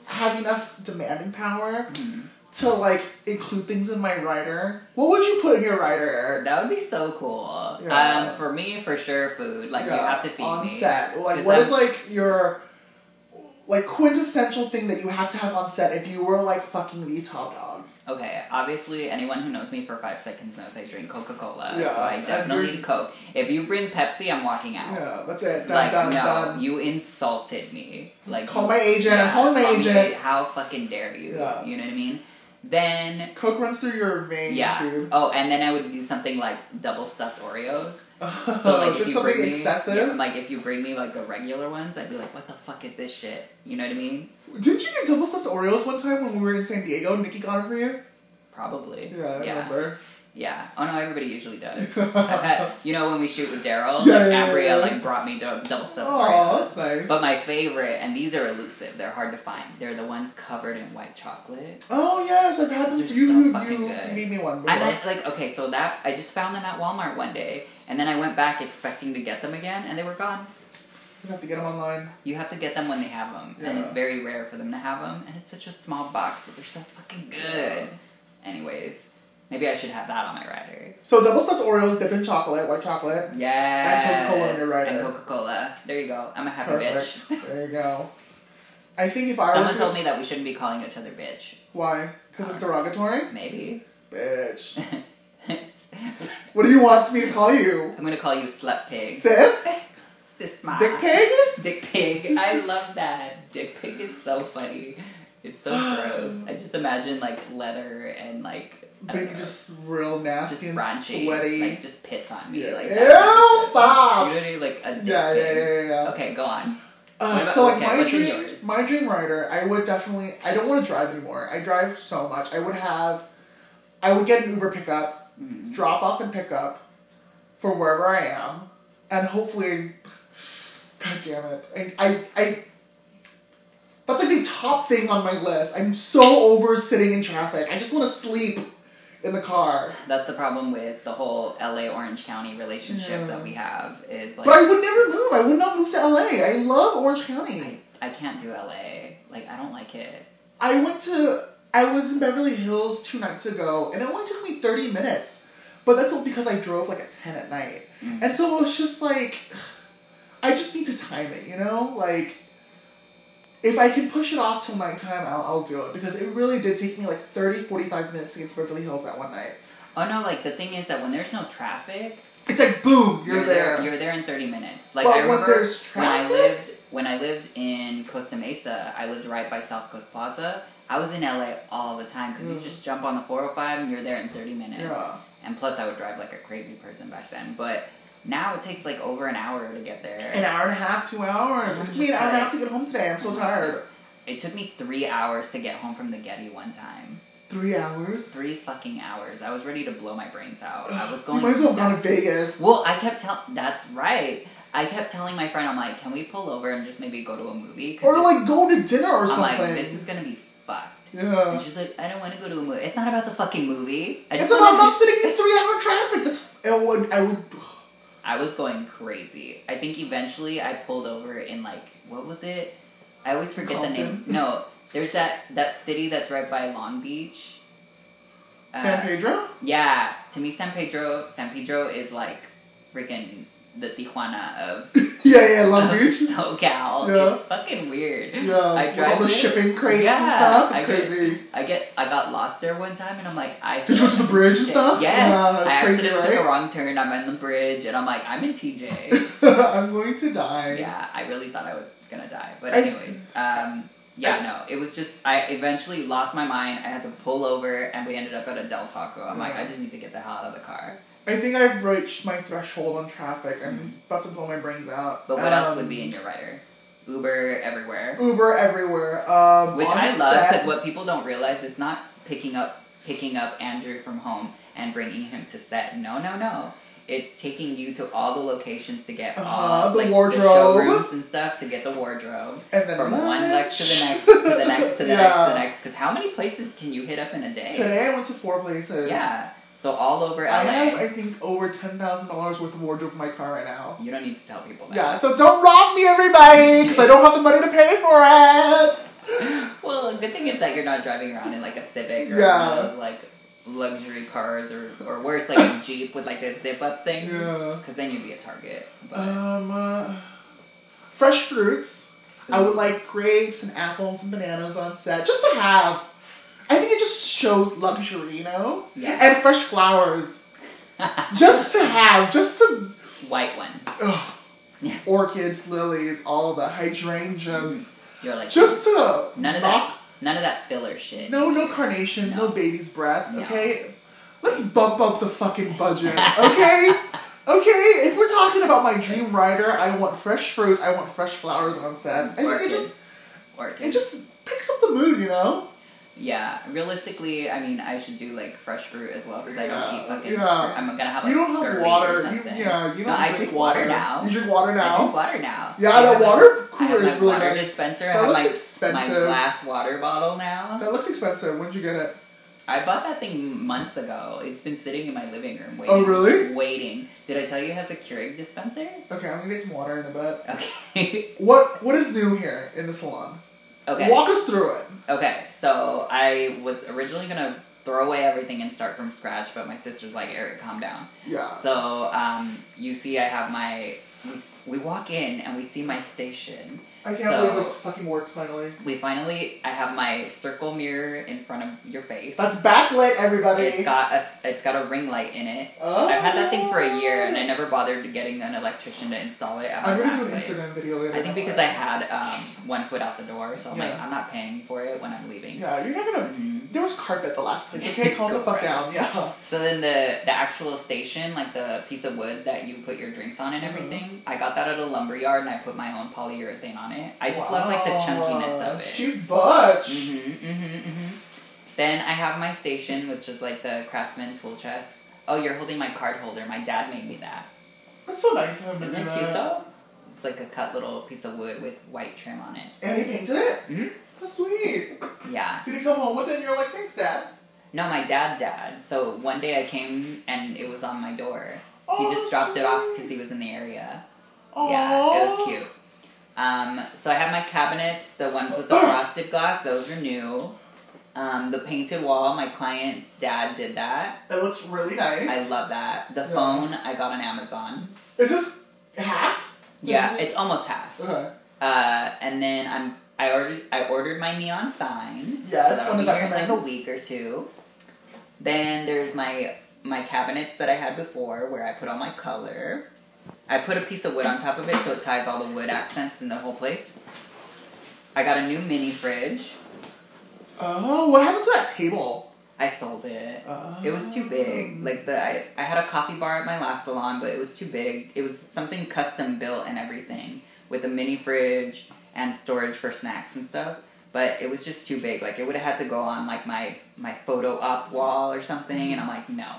Speaker 1: have enough demanding power
Speaker 2: Mm-hmm.
Speaker 1: to like include things in my writer. What would you put in your writer?
Speaker 2: That would be so cool.
Speaker 1: Yeah.
Speaker 2: Um, for me, for sure, food. Like, you
Speaker 1: Yeah,
Speaker 2: have to feed
Speaker 1: on
Speaker 2: me.
Speaker 1: set. Like,
Speaker 2: 'Cause
Speaker 1: what is
Speaker 2: I'm-
Speaker 1: like your like quintessential thing that you have to have on set if you were like fucking the top dog.
Speaker 2: Okay, obviously, anyone who knows me for five seconds knows I drink Coca Cola,
Speaker 1: Yeah,
Speaker 2: so I
Speaker 1: and
Speaker 2: definitely
Speaker 1: you're-
Speaker 2: need Coke. If you bring Pepsi, I'm walking out.
Speaker 1: Yeah, that's it. Done,
Speaker 2: like,
Speaker 1: done,
Speaker 2: no,
Speaker 1: done.
Speaker 2: you insulted me. Like,
Speaker 1: Call my agent. I'm
Speaker 2: Yeah,
Speaker 1: calling my
Speaker 2: call me
Speaker 1: agent.
Speaker 2: a- How fucking dare you?
Speaker 1: Yeah.
Speaker 2: You know what I mean? Then,
Speaker 1: Coke runs through your veins,
Speaker 2: yeah.
Speaker 1: dude.
Speaker 2: Oh, and then I would do something like double stuffed Oreos. So
Speaker 1: So
Speaker 2: like if
Speaker 1: Uh-huh. just
Speaker 2: you
Speaker 1: something
Speaker 2: bring me,
Speaker 1: excessive.
Speaker 2: yeah, like if you bring me like the regular ones, I'd be like, what the fuck is this shit? You know what I mean?
Speaker 1: Didn't you get double stuffed Oreos one time when we were in San Diego? Nikki got them for you.
Speaker 2: Probably.
Speaker 1: Yeah, I
Speaker 2: yeah.
Speaker 1: remember.
Speaker 2: Yeah. Oh no, everybody usually does. I've had, you know when we shoot with Daryl,
Speaker 1: Yeah,
Speaker 2: like
Speaker 1: yeah,
Speaker 2: Abria
Speaker 1: yeah.
Speaker 2: like brought me dou- double stuffed
Speaker 1: Oh,
Speaker 2: Oreos.
Speaker 1: that's nice.
Speaker 2: But my favorite, and these are elusive. They're hard to find. They're the ones covered in white chocolate.
Speaker 1: oh yes, I've had them
Speaker 2: They're
Speaker 1: for you.
Speaker 2: so
Speaker 1: you,
Speaker 2: fucking
Speaker 1: you
Speaker 2: good.
Speaker 1: gave me one.
Speaker 2: And
Speaker 1: Before.
Speaker 2: I like okay, so that I just found them at Walmart one day, and then I went back expecting to get them again, and they were gone.
Speaker 1: You have to get them online.
Speaker 2: You have to get them when they have them, and
Speaker 1: Yeah.
Speaker 2: it's very rare for them to have them. And it's such a small box, but they're so fucking good. Anyways, maybe I should have that on my rider.
Speaker 1: So double stuffed Oreos dipped in chocolate, white chocolate.
Speaker 2: Yeah,
Speaker 1: Coca-Cola on your rider.
Speaker 2: And Coca Cola. There you go. I'm a happy
Speaker 1: Perfect.
Speaker 2: bitch.
Speaker 1: there you go. I think if I were
Speaker 2: Someone
Speaker 1: to-
Speaker 2: told me that we shouldn't be calling each other bitch.
Speaker 1: why, because it's derogatory.
Speaker 2: Maybe.
Speaker 1: Bitch.
Speaker 2: I'm
Speaker 1: What do you want me to call you,
Speaker 2: gonna call you slut pig.
Speaker 1: sis?
Speaker 2: Sis ma.
Speaker 1: Dick pig?
Speaker 2: Dick pig. I love that. Dick pig is so funny. It's so gross. I just imagine like leather and like. I don't
Speaker 1: Being
Speaker 2: know.
Speaker 1: just real
Speaker 2: just
Speaker 1: nasty and
Speaker 2: raunchy,
Speaker 1: sweaty.
Speaker 2: like just piss on me,
Speaker 1: Yeah.
Speaker 2: like
Speaker 1: Ew,
Speaker 2: that.
Speaker 1: stop!
Speaker 2: You know what I mean? Like a dick
Speaker 1: yeah, yeah,
Speaker 2: thing.
Speaker 1: yeah, yeah.
Speaker 2: Okay, go on.
Speaker 1: Uh,
Speaker 2: What about-
Speaker 1: so like
Speaker 2: okay,
Speaker 1: my
Speaker 2: what's in
Speaker 1: dream,
Speaker 2: yours?
Speaker 1: my dream rider, I would definitely. I don't want to drive anymore. I drive so much. I would have, I would get an Uber pickup,
Speaker 2: Mm-hmm.
Speaker 1: drop off and pick up, for wherever I am, and hopefully, God damn it, I, I, I. That's like the top thing on my list. I'm so over sitting in traffic. I just want to sleep in the car.
Speaker 2: That's the problem with the whole LA Orange County relationship
Speaker 1: Yeah.
Speaker 2: that we have is like
Speaker 1: But I would never move. I would not move to LA. I love Orange County.
Speaker 2: I can't do LA. Like I don't like it.
Speaker 1: I went to I was in Beverly Hills two nights ago, and it only took me thirty minutes. But that's all because I drove like at ten at night,
Speaker 2: Mm.
Speaker 1: and so it was just like, I just need to time it, you know, like. If I can push it off till nighttime, I'll, I'll do it because it really did take me like 30, 45 minutes to get to Beverly Hills that one night.
Speaker 2: Oh no, like the thing is that when there's no traffic,
Speaker 1: It's like boom, you're, there.
Speaker 2: You're there in 30 minutes. Like
Speaker 1: But
Speaker 2: I
Speaker 1: when
Speaker 2: remember
Speaker 1: there's
Speaker 2: when I
Speaker 1: traffic?
Speaker 2: lived when I lived in Costa Mesa, I lived right by South Coast Plaza. I was in LA all the time because you
Speaker 1: Mm.
Speaker 2: just jump on the 405 and you're there in 30 minutes.
Speaker 1: Yeah.
Speaker 2: And plus, I would drive like a crazy person back then. But now it takes like over an hour to get there.
Speaker 1: An hour and a half, two hours. It took me an hour and a half to get home today. I'm so tired.
Speaker 2: it took me three hours to get home from the Getty one time.
Speaker 1: Three hours.
Speaker 2: Three fucking hours. I was ready to blow my brains out. I was
Speaker 1: You
Speaker 2: going.
Speaker 1: might as well have gone to
Speaker 2: nuts.
Speaker 1: Vegas.
Speaker 2: Well, I kept telling. That's right. I kept telling my friend, I'm like, can we pull over and just maybe go to a movie? 'Cause
Speaker 1: Or
Speaker 2: this-
Speaker 1: like go to dinner or
Speaker 2: I'm
Speaker 1: something.
Speaker 2: like, this is gonna be fucked.
Speaker 1: yeah.
Speaker 2: And she's like, I don't want to go to a movie. It's not about the fucking movie. I
Speaker 1: It's
Speaker 2: just
Speaker 1: about
Speaker 2: wanna-
Speaker 1: not sitting in three hour traffic. That's I would I would
Speaker 2: I was going crazy. I think eventually I pulled over in like what was it? I always forget the name.
Speaker 1: Compton?
Speaker 2: No, there's that that city that's right by Long Beach. Uh,
Speaker 1: San Pedro.
Speaker 2: Yeah, to me, San Pedro. San Pedro is like freaking the Tijuana of
Speaker 1: Yeah, yeah, Long
Speaker 2: of
Speaker 1: Beach.
Speaker 2: SoCal.
Speaker 1: Yeah.
Speaker 2: It's fucking weird.
Speaker 1: Yeah,
Speaker 2: uh, I
Speaker 1: with
Speaker 2: drive
Speaker 1: all the
Speaker 2: it.
Speaker 1: shipping crates and
Speaker 2: Yeah,
Speaker 1: stuff. It's
Speaker 2: I get-
Speaker 1: crazy.
Speaker 2: I get I got lost there one time and I'm like I
Speaker 1: Did you go to the bridge and stuff?
Speaker 2: Yes.
Speaker 1: Yeah, it's
Speaker 2: I
Speaker 1: crazy,
Speaker 2: accidentally took a
Speaker 1: right?
Speaker 2: wrong turn. I'm on the bridge and I'm like I'm in TJ.
Speaker 1: I'm going to die.
Speaker 2: yeah, I really thought I was gonna die. But
Speaker 1: I-
Speaker 2: anyways, um, yeah, no, it was just I eventually lost my mind. I had to pull over and we ended up at a Del Taco. I'm like I just need to get the hell out of the car.
Speaker 1: I think I've reached my threshold on traffic. I'm about to blow my brains out.
Speaker 2: But what else would
Speaker 1: Um,
Speaker 2: be in your rider? Uber everywhere.
Speaker 1: Uber everywhere? Um,
Speaker 2: Which
Speaker 1: on
Speaker 2: I love
Speaker 1: set-
Speaker 2: because what people don't realize it's not picking up picking up Andrew from home and bringing him to set. No, no, no. It's taking you to all the locations to get all
Speaker 1: Uh-huh, the
Speaker 2: like,
Speaker 1: wardrobe.
Speaker 2: showrooms and stuff to get the wardrobe
Speaker 1: and then
Speaker 2: from one leg
Speaker 1: lunch.
Speaker 2: to the next to the next to the next to
Speaker 1: Yeah.
Speaker 2: the next. Because how many places can you hit up in a day?
Speaker 1: Today I went to four places.
Speaker 2: Yeah, so all over LA.
Speaker 1: I have I think over ten thousand dollars worth of wardrobe in my car right now.
Speaker 2: you don't need to tell people that.
Speaker 1: Yeah, so don't rob me, everybody, because I don't have the money to pay for
Speaker 2: Well, the thing is that you're not driving around in like a Civic or
Speaker 1: Yeah.
Speaker 2: one of those like luxury cars or or worse like a Jeep with like a zip up thing.
Speaker 1: it. Yeah.
Speaker 2: Because then you'd be a target. But
Speaker 1: Um, uh, fresh fruits. I would like grapes and apples and bananas on set just to have. I think it just shows luxury, you know?
Speaker 2: Yes.
Speaker 1: And fresh flowers. just to have, just to.
Speaker 2: White ones.
Speaker 1: Ugh.
Speaker 2: Yeah.
Speaker 1: Orchids, lilies, all the hydrangeas.
Speaker 2: You're like
Speaker 1: Just to.
Speaker 2: Mm-hmm. none of
Speaker 1: knock
Speaker 2: that. None of that filler shit.
Speaker 1: No, no carnations, no,
Speaker 2: No.
Speaker 1: baby's breath,
Speaker 2: No.
Speaker 1: okay? Let's bump up the fucking budget, okay? okay, if we're talking about my dream rider, I want fresh fruit, I want fresh flowers on set. I think it
Speaker 2: Orchids.
Speaker 1: just
Speaker 2: Orchids.
Speaker 1: it just picks up the mood, you know?
Speaker 2: Yeah, realistically, I mean, I should do like fresh fruit as well because I don't
Speaker 1: Yeah,
Speaker 2: eat fucking.
Speaker 1: yeah.
Speaker 2: I'm gonna have like
Speaker 1: you don't
Speaker 2: scurvy
Speaker 1: have
Speaker 2: or
Speaker 1: water. You,
Speaker 2: something.
Speaker 1: yeah, you don't
Speaker 2: no, I
Speaker 1: drink,
Speaker 2: drink water, now.
Speaker 1: You drink water
Speaker 2: I drink
Speaker 1: now.
Speaker 2: water now.
Speaker 1: Yeah,
Speaker 2: I
Speaker 1: the
Speaker 2: have my-
Speaker 1: water
Speaker 2: I
Speaker 1: cooler
Speaker 2: have my
Speaker 1: is really
Speaker 2: water
Speaker 1: nice.
Speaker 2: dispenser.
Speaker 1: That
Speaker 2: I have
Speaker 1: looks
Speaker 2: my,
Speaker 1: expensive.
Speaker 2: my glass water bottle now.
Speaker 1: That looks expensive. When'd you get it?
Speaker 2: I bought that thing months ago. It's been sitting in my living room waiting.
Speaker 1: Oh, really?
Speaker 2: Waiting. Did I tell you it has a Keurig dispenser?
Speaker 1: Okay, I'm gonna get some water in a bit.
Speaker 2: Okay.
Speaker 1: What what is new here in the salon?
Speaker 2: okay.
Speaker 1: Walk us through it.
Speaker 2: Okay, so I was originally gonna throw away everything and start from scratch, but my sister's like, Eric, calm down.
Speaker 1: Yeah.
Speaker 2: So um, you see, I have my. We, we walk in and we see my station.
Speaker 1: I can't
Speaker 2: so
Speaker 1: believe this fucking works finally.
Speaker 2: We finally, I have my circle mirror in front of your face.
Speaker 1: That's backlit, everybody.
Speaker 2: It's got a, it's got a ring light in it.
Speaker 1: Oh.
Speaker 2: I've had that thing for a year, and I never bothered getting an electrician to install it. At my
Speaker 1: I'm gonna do
Speaker 2: last
Speaker 1: an
Speaker 2: place.
Speaker 1: Instagram video later.
Speaker 2: I think because I had um, one foot out the door, so I'm like,
Speaker 1: Yeah.
Speaker 2: I'm not paying for it when I'm leaving.
Speaker 1: Yeah, you're not gonna.
Speaker 2: Mhm.
Speaker 1: There was carpet the last place. Okay, calm the fuck
Speaker 2: Correct.
Speaker 1: down. Yeah.
Speaker 2: So then the the actual station, like the piece of wood that you put your drinks on
Speaker 1: Uh-huh.
Speaker 2: and everything, I got that at a lumber yard and I put my own polyurethane on it. I just love like the
Speaker 1: Wow.
Speaker 2: chunkiness of it.
Speaker 1: She's butch.
Speaker 2: hmm hmm hmm Then I have my station, which is like the Craftsman tool chest. Oh, you're holding my card holder. My dad made me that.
Speaker 1: That's so nice of him to
Speaker 2: Isn't
Speaker 1: do that.
Speaker 2: that cute though? It's like a cut little piece of wood with white trim on it.
Speaker 1: And he painted it.
Speaker 2: Mhm.
Speaker 1: How sweet.
Speaker 2: Yeah.
Speaker 1: Did he come home with it? And you're like, thanks, dad.
Speaker 2: No, my dad, dad. So one day I came and it was on my door.
Speaker 1: Oh,
Speaker 2: he just dropped it off
Speaker 1: sweet.
Speaker 2: because he was in the area.
Speaker 1: Aww.
Speaker 2: Yeah, it was cute. Um, so I have my cabinets, the ones with the frosted glass, those are new. Um, the painted wall, my client's dad did that.
Speaker 1: It looks really nice.
Speaker 2: I love that. The
Speaker 1: Yeah.
Speaker 2: phone I got on Amazon.
Speaker 1: Is this half? Mm-hmm.
Speaker 2: Yeah, it's almost half.
Speaker 1: Okay.
Speaker 2: Uh, and then I'm I ordered I ordered my neon sign.
Speaker 1: Yes,
Speaker 2: so
Speaker 1: when does that
Speaker 2: that'll be here in
Speaker 1: come in?
Speaker 2: like a week or two. Then there's my my cabinets that I had before where I put all my color. I put a piece of wood on top of it so it ties all the wood accents in the whole place. I got a new mini fridge.
Speaker 1: Oh, what happened to that table?
Speaker 2: I sold it.
Speaker 1: Oh.
Speaker 2: It was too big. Like the I, I had a coffee bar at my last salon, but it was too big. It was something custom built and everything with a mini fridge and storage for snacks and stuff. But it was just too big. Like it would have had to go on like my my photo up wall or something. And I'm like, no.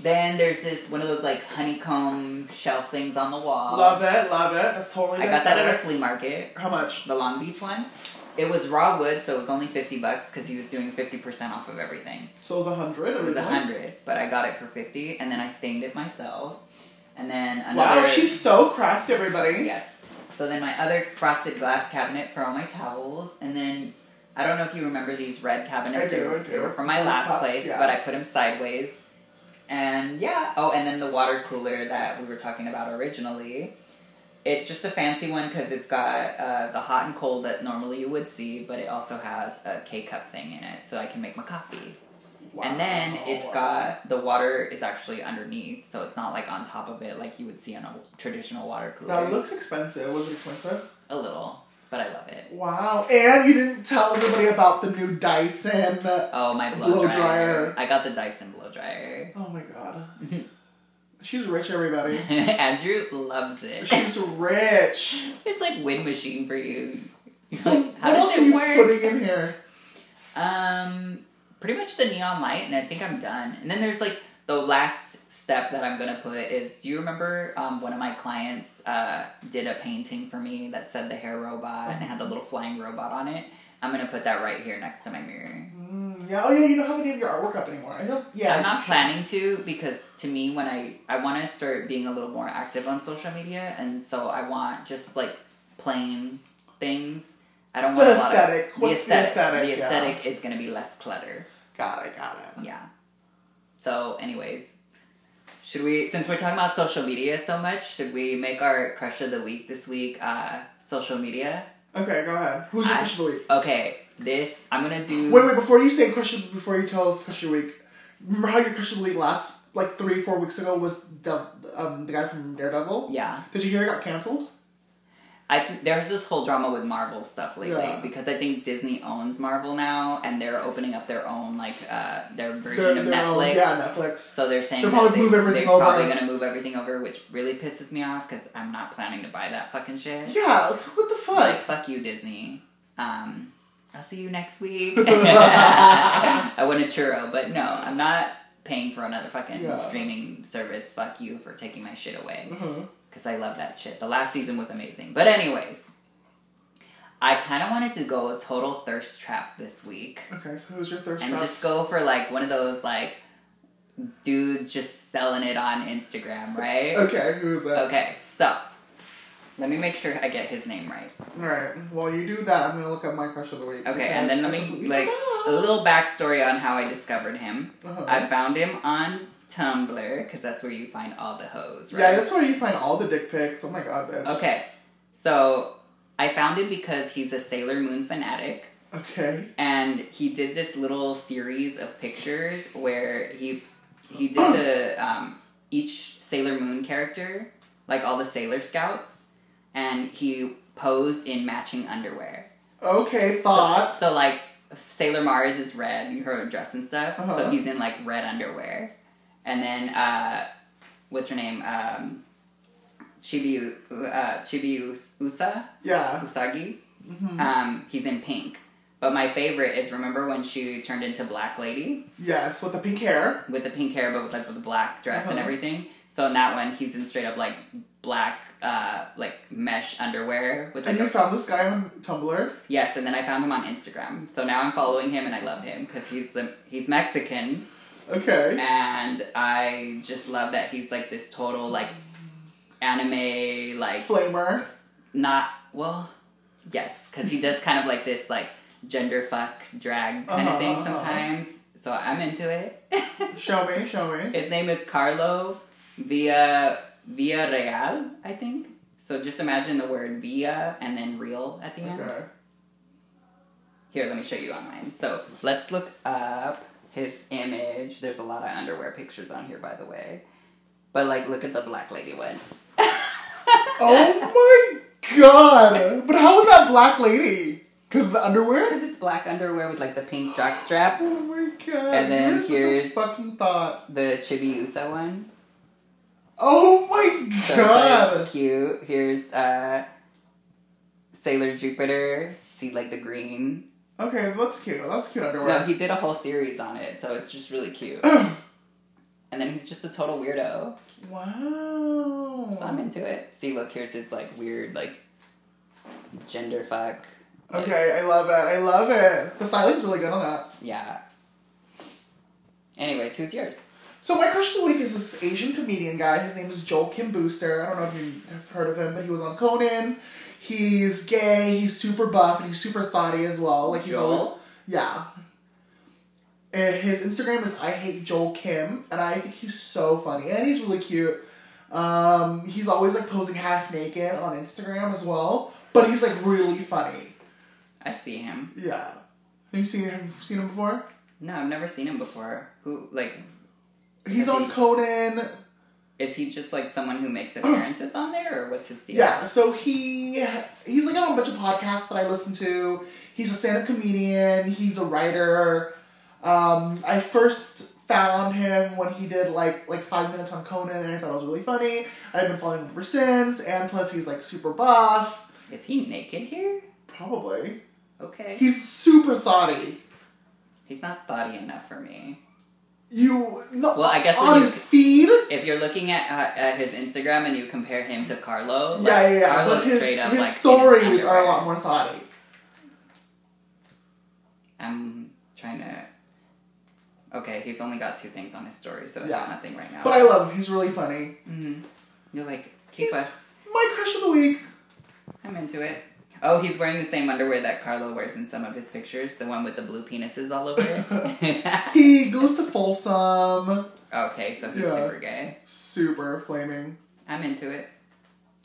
Speaker 2: Then there's this one of those like honeycomb shelf things on the wall.
Speaker 1: Love it, love it. That's totally.
Speaker 2: I got that at a
Speaker 1: aesthetic.
Speaker 2: flea market
Speaker 1: How much?
Speaker 2: the Long Beach one. It was raw wood, so it was only fifty bucks because he was doing fifty percent off of everything.
Speaker 1: So it was a hundred.
Speaker 2: It was a hundred, but I got it for fifty, and then I stained it myself, and then another.
Speaker 1: Wow, she's so crafty, everybody.
Speaker 2: yes. So then my other frosted glass cabinet for all my towels, and then I don't know if you remember these red cabinets.
Speaker 1: I do,
Speaker 2: they, were,
Speaker 1: I do.
Speaker 2: they were from my
Speaker 1: Like
Speaker 2: last
Speaker 1: pops,
Speaker 2: place,
Speaker 1: yeah.
Speaker 2: but I put them sideways. And yeah, oh, and then the water cooler that we were talking about originally. It's just a fancy one because it's got uh, the hot and cold that normally you would see, but it also has a K cup thing in it, so I can make my coffee.
Speaker 1: Wow.
Speaker 2: And then it's got the water is actually underneath, so it's not like on top of it like you would see on a traditional water cooler.
Speaker 1: That looks expensive. Was it expensive?
Speaker 2: a little, but I love it.
Speaker 1: Wow. And you didn't tell everybody about the new Dyson.
Speaker 2: Oh, my blow,
Speaker 1: Blow
Speaker 2: dryer.
Speaker 1: dryer.
Speaker 2: I got the Dyson blow dryer.
Speaker 1: Oh my god. She's rich, everybody.
Speaker 2: Andrew loves it.
Speaker 1: She's rich.
Speaker 2: It's like wind machine for you. He's
Speaker 1: So
Speaker 2: like, how
Speaker 1: what else
Speaker 2: does
Speaker 1: are
Speaker 2: it
Speaker 1: you
Speaker 2: work?
Speaker 1: putting in here?
Speaker 2: Um, pretty much the neon light, and I think I'm done. And then there's like the last step that I'm gonna put is. Do you remember um, one of my clients uh, did a painting for me that said the hair robot and it had the little flying robot on it? I'm gonna put that right here next to my mirror.
Speaker 1: Mm, yeah. Oh yeah. You don't have any of your artwork up anymore. I don't, yeah.
Speaker 2: I'm not planning to because to me, when I I want to start being a little more active on social media, and so I want just like plain things. I don't
Speaker 1: The
Speaker 2: want a lot
Speaker 1: aesthetic.
Speaker 2: of
Speaker 1: What's the
Speaker 2: The
Speaker 1: aesthetic? Yeah.
Speaker 2: aesthetic is gonna be less clutter.
Speaker 1: Got it. Got it.
Speaker 2: Yeah. So, anyways, should we, since we're talking about social media so much, should we make our crush of the week this week uh, social media?
Speaker 1: Okay, go ahead. Who's your
Speaker 2: I-
Speaker 1: question of the week?
Speaker 2: Okay, this I'm gonna do.
Speaker 1: Wait, wait. Before you say question, before you tell us question of the week, remember how your question of the week last like three, four weeks ago was Dev- um, the guy from Daredevil?
Speaker 2: Yeah,
Speaker 1: Did you hear it got canceled?
Speaker 2: I there's this whole drama with Marvel stuff lately
Speaker 1: Yeah.
Speaker 2: because I think Disney owns Marvel now, and they're opening up their own like uh, their version
Speaker 1: Their-
Speaker 2: of
Speaker 1: their own-
Speaker 2: Netflix.
Speaker 1: yeah, Netflix.
Speaker 2: So they're saying
Speaker 1: They'll
Speaker 2: that
Speaker 1: probably
Speaker 2: they,
Speaker 1: move everything
Speaker 2: they're probably
Speaker 1: over.
Speaker 2: gonna move everything over, which really pisses me off because I'm not planning to buy that fucking shit.
Speaker 1: Yeah. So what the
Speaker 2: Like,
Speaker 1: fuck?
Speaker 2: fuck you, Disney. Um, I'll see you next week. I want a churro, but no, I'm not paying for another fucking
Speaker 1: Yeah.
Speaker 2: streaming service. Fuck you for taking my shit away
Speaker 1: Mhm.
Speaker 2: because I love that shit. The last season was amazing. But anyways, I kind of wanted to go a total thirst trap this week
Speaker 1: Okay. So who's your thirst?
Speaker 2: and
Speaker 1: trap?
Speaker 2: just go for like one of those like dudes just selling it on Instagram, right?
Speaker 1: Okay. Who is that?
Speaker 2: Okay, so let me make sure I get his name right.
Speaker 1: All right. While you do that, I'm gonna look up my crush of the week.
Speaker 2: Okay, and then let me like a little backstory on how I discovered him.
Speaker 1: Uh-huh.
Speaker 2: I found him on Tumblr because that's where you find all the hoes, right?
Speaker 1: Yeah, that's where you find all the dick pics. Oh my god, bitch.
Speaker 2: okay, so I found him because he's a Sailor Moon fanatic.
Speaker 1: Okay.
Speaker 2: and he did this little series of pictures where he he did the um, each Sailor Moon character, like all the Sailor Scouts, and he posed in matching underwear.
Speaker 1: Okay. Thought.
Speaker 2: So like Sailor Mars is red, you her dress and stuff.
Speaker 1: Uh-huh.
Speaker 2: So he's in like red underwear, and then uh, what's her name? Um, Chibi uh, Chibi Us- Usa.
Speaker 1: Yeah.
Speaker 2: Usagi.
Speaker 1: Mm-hmm.
Speaker 2: Um, he's in pink. But my favorite is remember when she turned into Black Lady
Speaker 1: Yes, with the pink hair.
Speaker 2: with the pink hair, but with like the black dress and
Speaker 1: Uh-huh.
Speaker 2: everything. So in that one, he's in straight up like black, uh, like mesh underwear with
Speaker 1: And
Speaker 2: like
Speaker 1: you
Speaker 2: a,
Speaker 1: found this guy on Tumblr.
Speaker 2: yes. And then I found him on Instagram, so now I'm following him and I love him because he's the, he's Mexican
Speaker 1: Okay.
Speaker 2: and I just love that he's like this total like anime like
Speaker 1: Flamer.
Speaker 2: not well yes because he does kind of like this like gender fuck drag kind
Speaker 1: Uh-huh,
Speaker 2: of thing
Speaker 1: uh-huh.
Speaker 2: sometimes so i'm into it
Speaker 1: Show me, show me.
Speaker 2: his name is carlo via via real i think so just imagine the word via and then real at the end
Speaker 1: Okay.
Speaker 2: here let me show you online so let's look up his image there's a lot of underwear pictures on here by the way but like look at the black lady one
Speaker 1: Oh my god! But how was that black lady? Because the underwear?
Speaker 2: because it's black underwear with like the pink jockstrap
Speaker 1: Oh my god.
Speaker 2: And then
Speaker 1: You're such a
Speaker 2: here's-
Speaker 1: fucking thought.
Speaker 2: the chibiusa one
Speaker 1: Oh my
Speaker 2: So it's
Speaker 1: god!
Speaker 2: like cute. Here's uh Sailor Jupiter. See like the green.
Speaker 1: Okay, that's cute. That's cute
Speaker 2: No,
Speaker 1: underwear.
Speaker 2: he did a whole series on it, so it's just really cute. and then he's just a total weirdo. So I'm
Speaker 1: Wow.
Speaker 2: into it. See look, here's his like weird like gender fuck. like,
Speaker 1: Okay, I love it. I love it. The styling's really good on that.
Speaker 2: yeah. Anyways, who's yours?
Speaker 1: So my crush of the week is this Asian comedian guy. His name is Joel Kim Booster. I don't know if you have heard of him, but he was on Conan. He's gay. He's super buff and he's super thoughty as well. Like he's
Speaker 2: Joel?
Speaker 1: always yeah. Uh, His Instagram is I hate Joel Kim, and I think he's so funny and he's really cute. Um, he's always like posing half naked on Instagram as well, but he's like really funny.
Speaker 2: I see him.
Speaker 1: Yeah. Have you seen have you seen him before?
Speaker 2: No, I've never seen him before. Who like
Speaker 1: He's
Speaker 2: Has
Speaker 1: on
Speaker 2: he-
Speaker 1: Conan.
Speaker 2: is he just like someone who makes appearances on there or what's his deal?
Speaker 1: Yeah, so he he's like on a bunch of podcasts that I listen to. He's a stand-up comedian. He's a writer. Um, I first found him when he did like like five minutes on Conan, and I thought it was really funny. I've been following him ever since, and plus he's like super buff.
Speaker 2: Is he naked here?
Speaker 1: Probably
Speaker 2: Okay.
Speaker 1: he's super thoughty.
Speaker 2: He's not thoughty enough for me.
Speaker 1: You no,
Speaker 2: Well, I guess when
Speaker 1: on
Speaker 2: you-
Speaker 1: his feed.
Speaker 2: If you're looking at, uh, at his Instagram and you compare him to Carlo, like,
Speaker 1: yeah, yeah, yeah.
Speaker 2: Carlo's
Speaker 1: But his
Speaker 2: straight up
Speaker 1: his
Speaker 2: like in
Speaker 1: stories are a
Speaker 2: underwear.
Speaker 1: lot more thoughty.
Speaker 2: I'm trying to. Okay, he's only got two things on his story, so
Speaker 1: Yeah.
Speaker 2: it's nothing right now.
Speaker 1: But I love him. He's really funny.
Speaker 2: Mhm. You're like, keep
Speaker 1: He's
Speaker 2: us.
Speaker 1: my crush of the week.
Speaker 2: I'm into it. Oh, he's wearing the same underwear that Carlo wears in some of his pictures, the one with the blue penises all over it.
Speaker 1: He goes to Folsom.
Speaker 2: okay, so he's
Speaker 1: Yeah.
Speaker 2: super gay.
Speaker 1: Super flaming.
Speaker 2: I'm into it.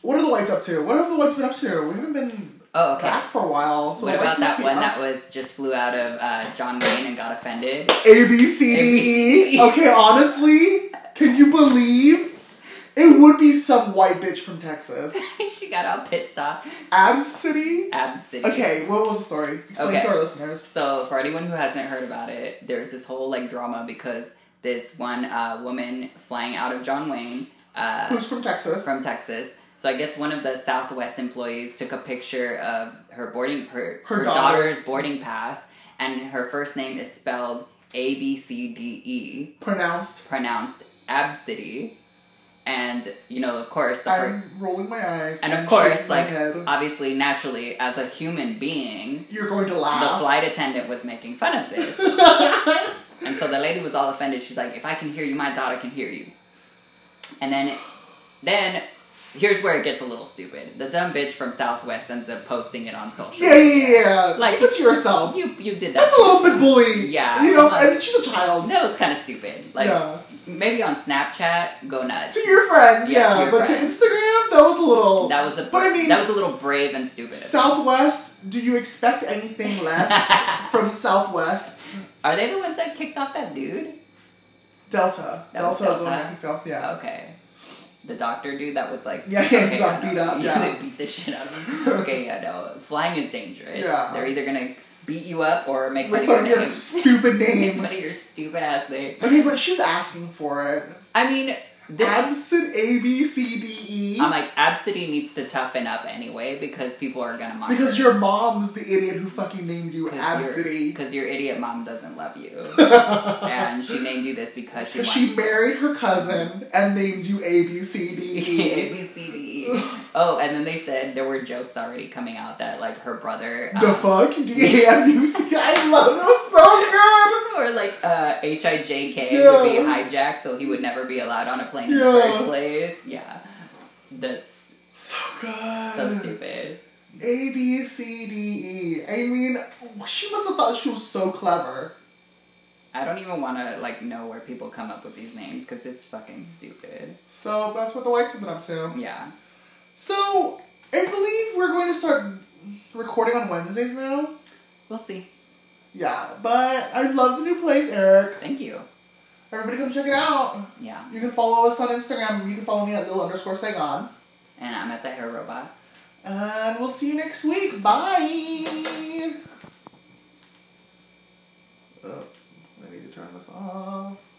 Speaker 1: What are the whites up to? What have the whites been up to? We haven't been
Speaker 2: Oh, okay.
Speaker 1: back for a while. So
Speaker 2: what
Speaker 1: the
Speaker 2: about
Speaker 1: license
Speaker 2: that
Speaker 1: fee
Speaker 2: one
Speaker 1: up-
Speaker 2: that was just flew out of uh, John Wayne and got offended?
Speaker 1: A B C D E. Okay, honestly, can you believe it would be some white bitch from Texas?
Speaker 2: she got all pissed off.
Speaker 1: Ab City.
Speaker 2: Ab City.
Speaker 1: Okay, what was the story? Explain
Speaker 2: Okay.
Speaker 1: to our listeners.
Speaker 2: So for anyone who hasn't heard about it, there's this whole like drama because this one uh, woman flying out of John Wayne uh,
Speaker 1: Who's from Texas?
Speaker 2: from Texas. So I guess one of the Southwest employees took a picture of her boarding her
Speaker 1: Her
Speaker 2: her,
Speaker 1: daughter's.
Speaker 2: daughter's boarding pass, and her first name is spelled A B C D E,
Speaker 1: Pronounced.
Speaker 2: pronounced Absidy, and you know of course the fir-
Speaker 1: I'm rolling my eyes.
Speaker 2: and
Speaker 1: I'm
Speaker 2: of course
Speaker 1: shaking my
Speaker 2: like
Speaker 1: head.
Speaker 2: obviously naturally as a human being
Speaker 1: you're going to
Speaker 2: the
Speaker 1: laugh.
Speaker 2: flight attendant was making fun of this. and so the lady was all offended. She's like, if I can hear you, my daughter can hear you. And then then here's where it gets a little stupid. The dumb bitch from Southwest ends up posting it on social
Speaker 1: yeah, yeah, yeah, yeah.
Speaker 2: Like-
Speaker 1: Keep it to yourself.
Speaker 2: You you did that.
Speaker 1: That's a little bit bully.
Speaker 2: Yeah.
Speaker 1: You know,
Speaker 2: Like-
Speaker 1: and she's a child.
Speaker 2: That was kind of stupid. Like
Speaker 1: Yeah.
Speaker 2: maybe on Snapchat, go nuts.
Speaker 1: To your friends,
Speaker 2: Yeah,
Speaker 1: yeah.
Speaker 2: to your
Speaker 1: but
Speaker 2: friends.
Speaker 1: to Instagram, that was a little.
Speaker 2: That was a
Speaker 1: But I mean,
Speaker 2: that was a little brave and stupid.
Speaker 1: Southwest, do you expect anything less from Southwest?
Speaker 2: Are they the ones that kicked off that dude?
Speaker 1: Delta.
Speaker 2: That was
Speaker 1: Delta is the one
Speaker 2: Delta.
Speaker 1: I picked up, yeah.
Speaker 2: Okay. The doctor dude that was like,
Speaker 1: Yeah, he
Speaker 2: okay,
Speaker 1: got
Speaker 2: I know.
Speaker 1: beat up, yeah.
Speaker 2: they beat the shit out of him. Okay, yeah, no, flying is dangerous.
Speaker 1: Yeah.
Speaker 2: they're either gonna beat you up or make fun
Speaker 1: With
Speaker 2: of
Speaker 1: like
Speaker 2: your
Speaker 1: your
Speaker 2: name.
Speaker 1: stupid
Speaker 2: Make
Speaker 1: name.
Speaker 2: fun of your stupid ass name.
Speaker 1: okay, but she's asking for it.
Speaker 2: I mean, this,
Speaker 1: Absent A B C D E.
Speaker 2: I'm like, Absidy needs to toughen up anyway because people are gonna mock
Speaker 1: Because your mom's the idiot who fucking named you Absidy.
Speaker 2: because your idiot mom doesn't love you, and she named you this because she
Speaker 1: Because
Speaker 2: wants
Speaker 1: she married her cousin and named you A B C D
Speaker 2: A
Speaker 1: E.
Speaker 2: B C D E. Oh, and then they said there were jokes already coming out that like her brother.
Speaker 1: The
Speaker 2: um,
Speaker 1: fuck? D A M U C. I love it. It was so good.
Speaker 2: Or like uh, HIJK would be hijacked, so he would never be allowed on a plane in the
Speaker 1: Yeah.
Speaker 2: first place. Yeah, that's
Speaker 1: So good.
Speaker 2: so stupid.
Speaker 1: A B C D E. I mean, she must have thought she was so clever.
Speaker 2: I don't even want to like know where people come up with these names because it's fucking stupid.
Speaker 1: So that's what the whites have been up to.
Speaker 2: Yeah,
Speaker 1: So I believe we're going to start recording on Wednesdays now.
Speaker 2: we'll see.
Speaker 1: Yeah, but I love the new place, Eric.
Speaker 2: Thank you.
Speaker 1: Everybody come check it out.
Speaker 2: Yeah,
Speaker 1: You can follow us on Instagram. You can follow me at Lil underscore Saigon.
Speaker 2: and I'm at the hair robot.
Speaker 1: And we'll see you next week. Bye. Uh, I need to turn this off.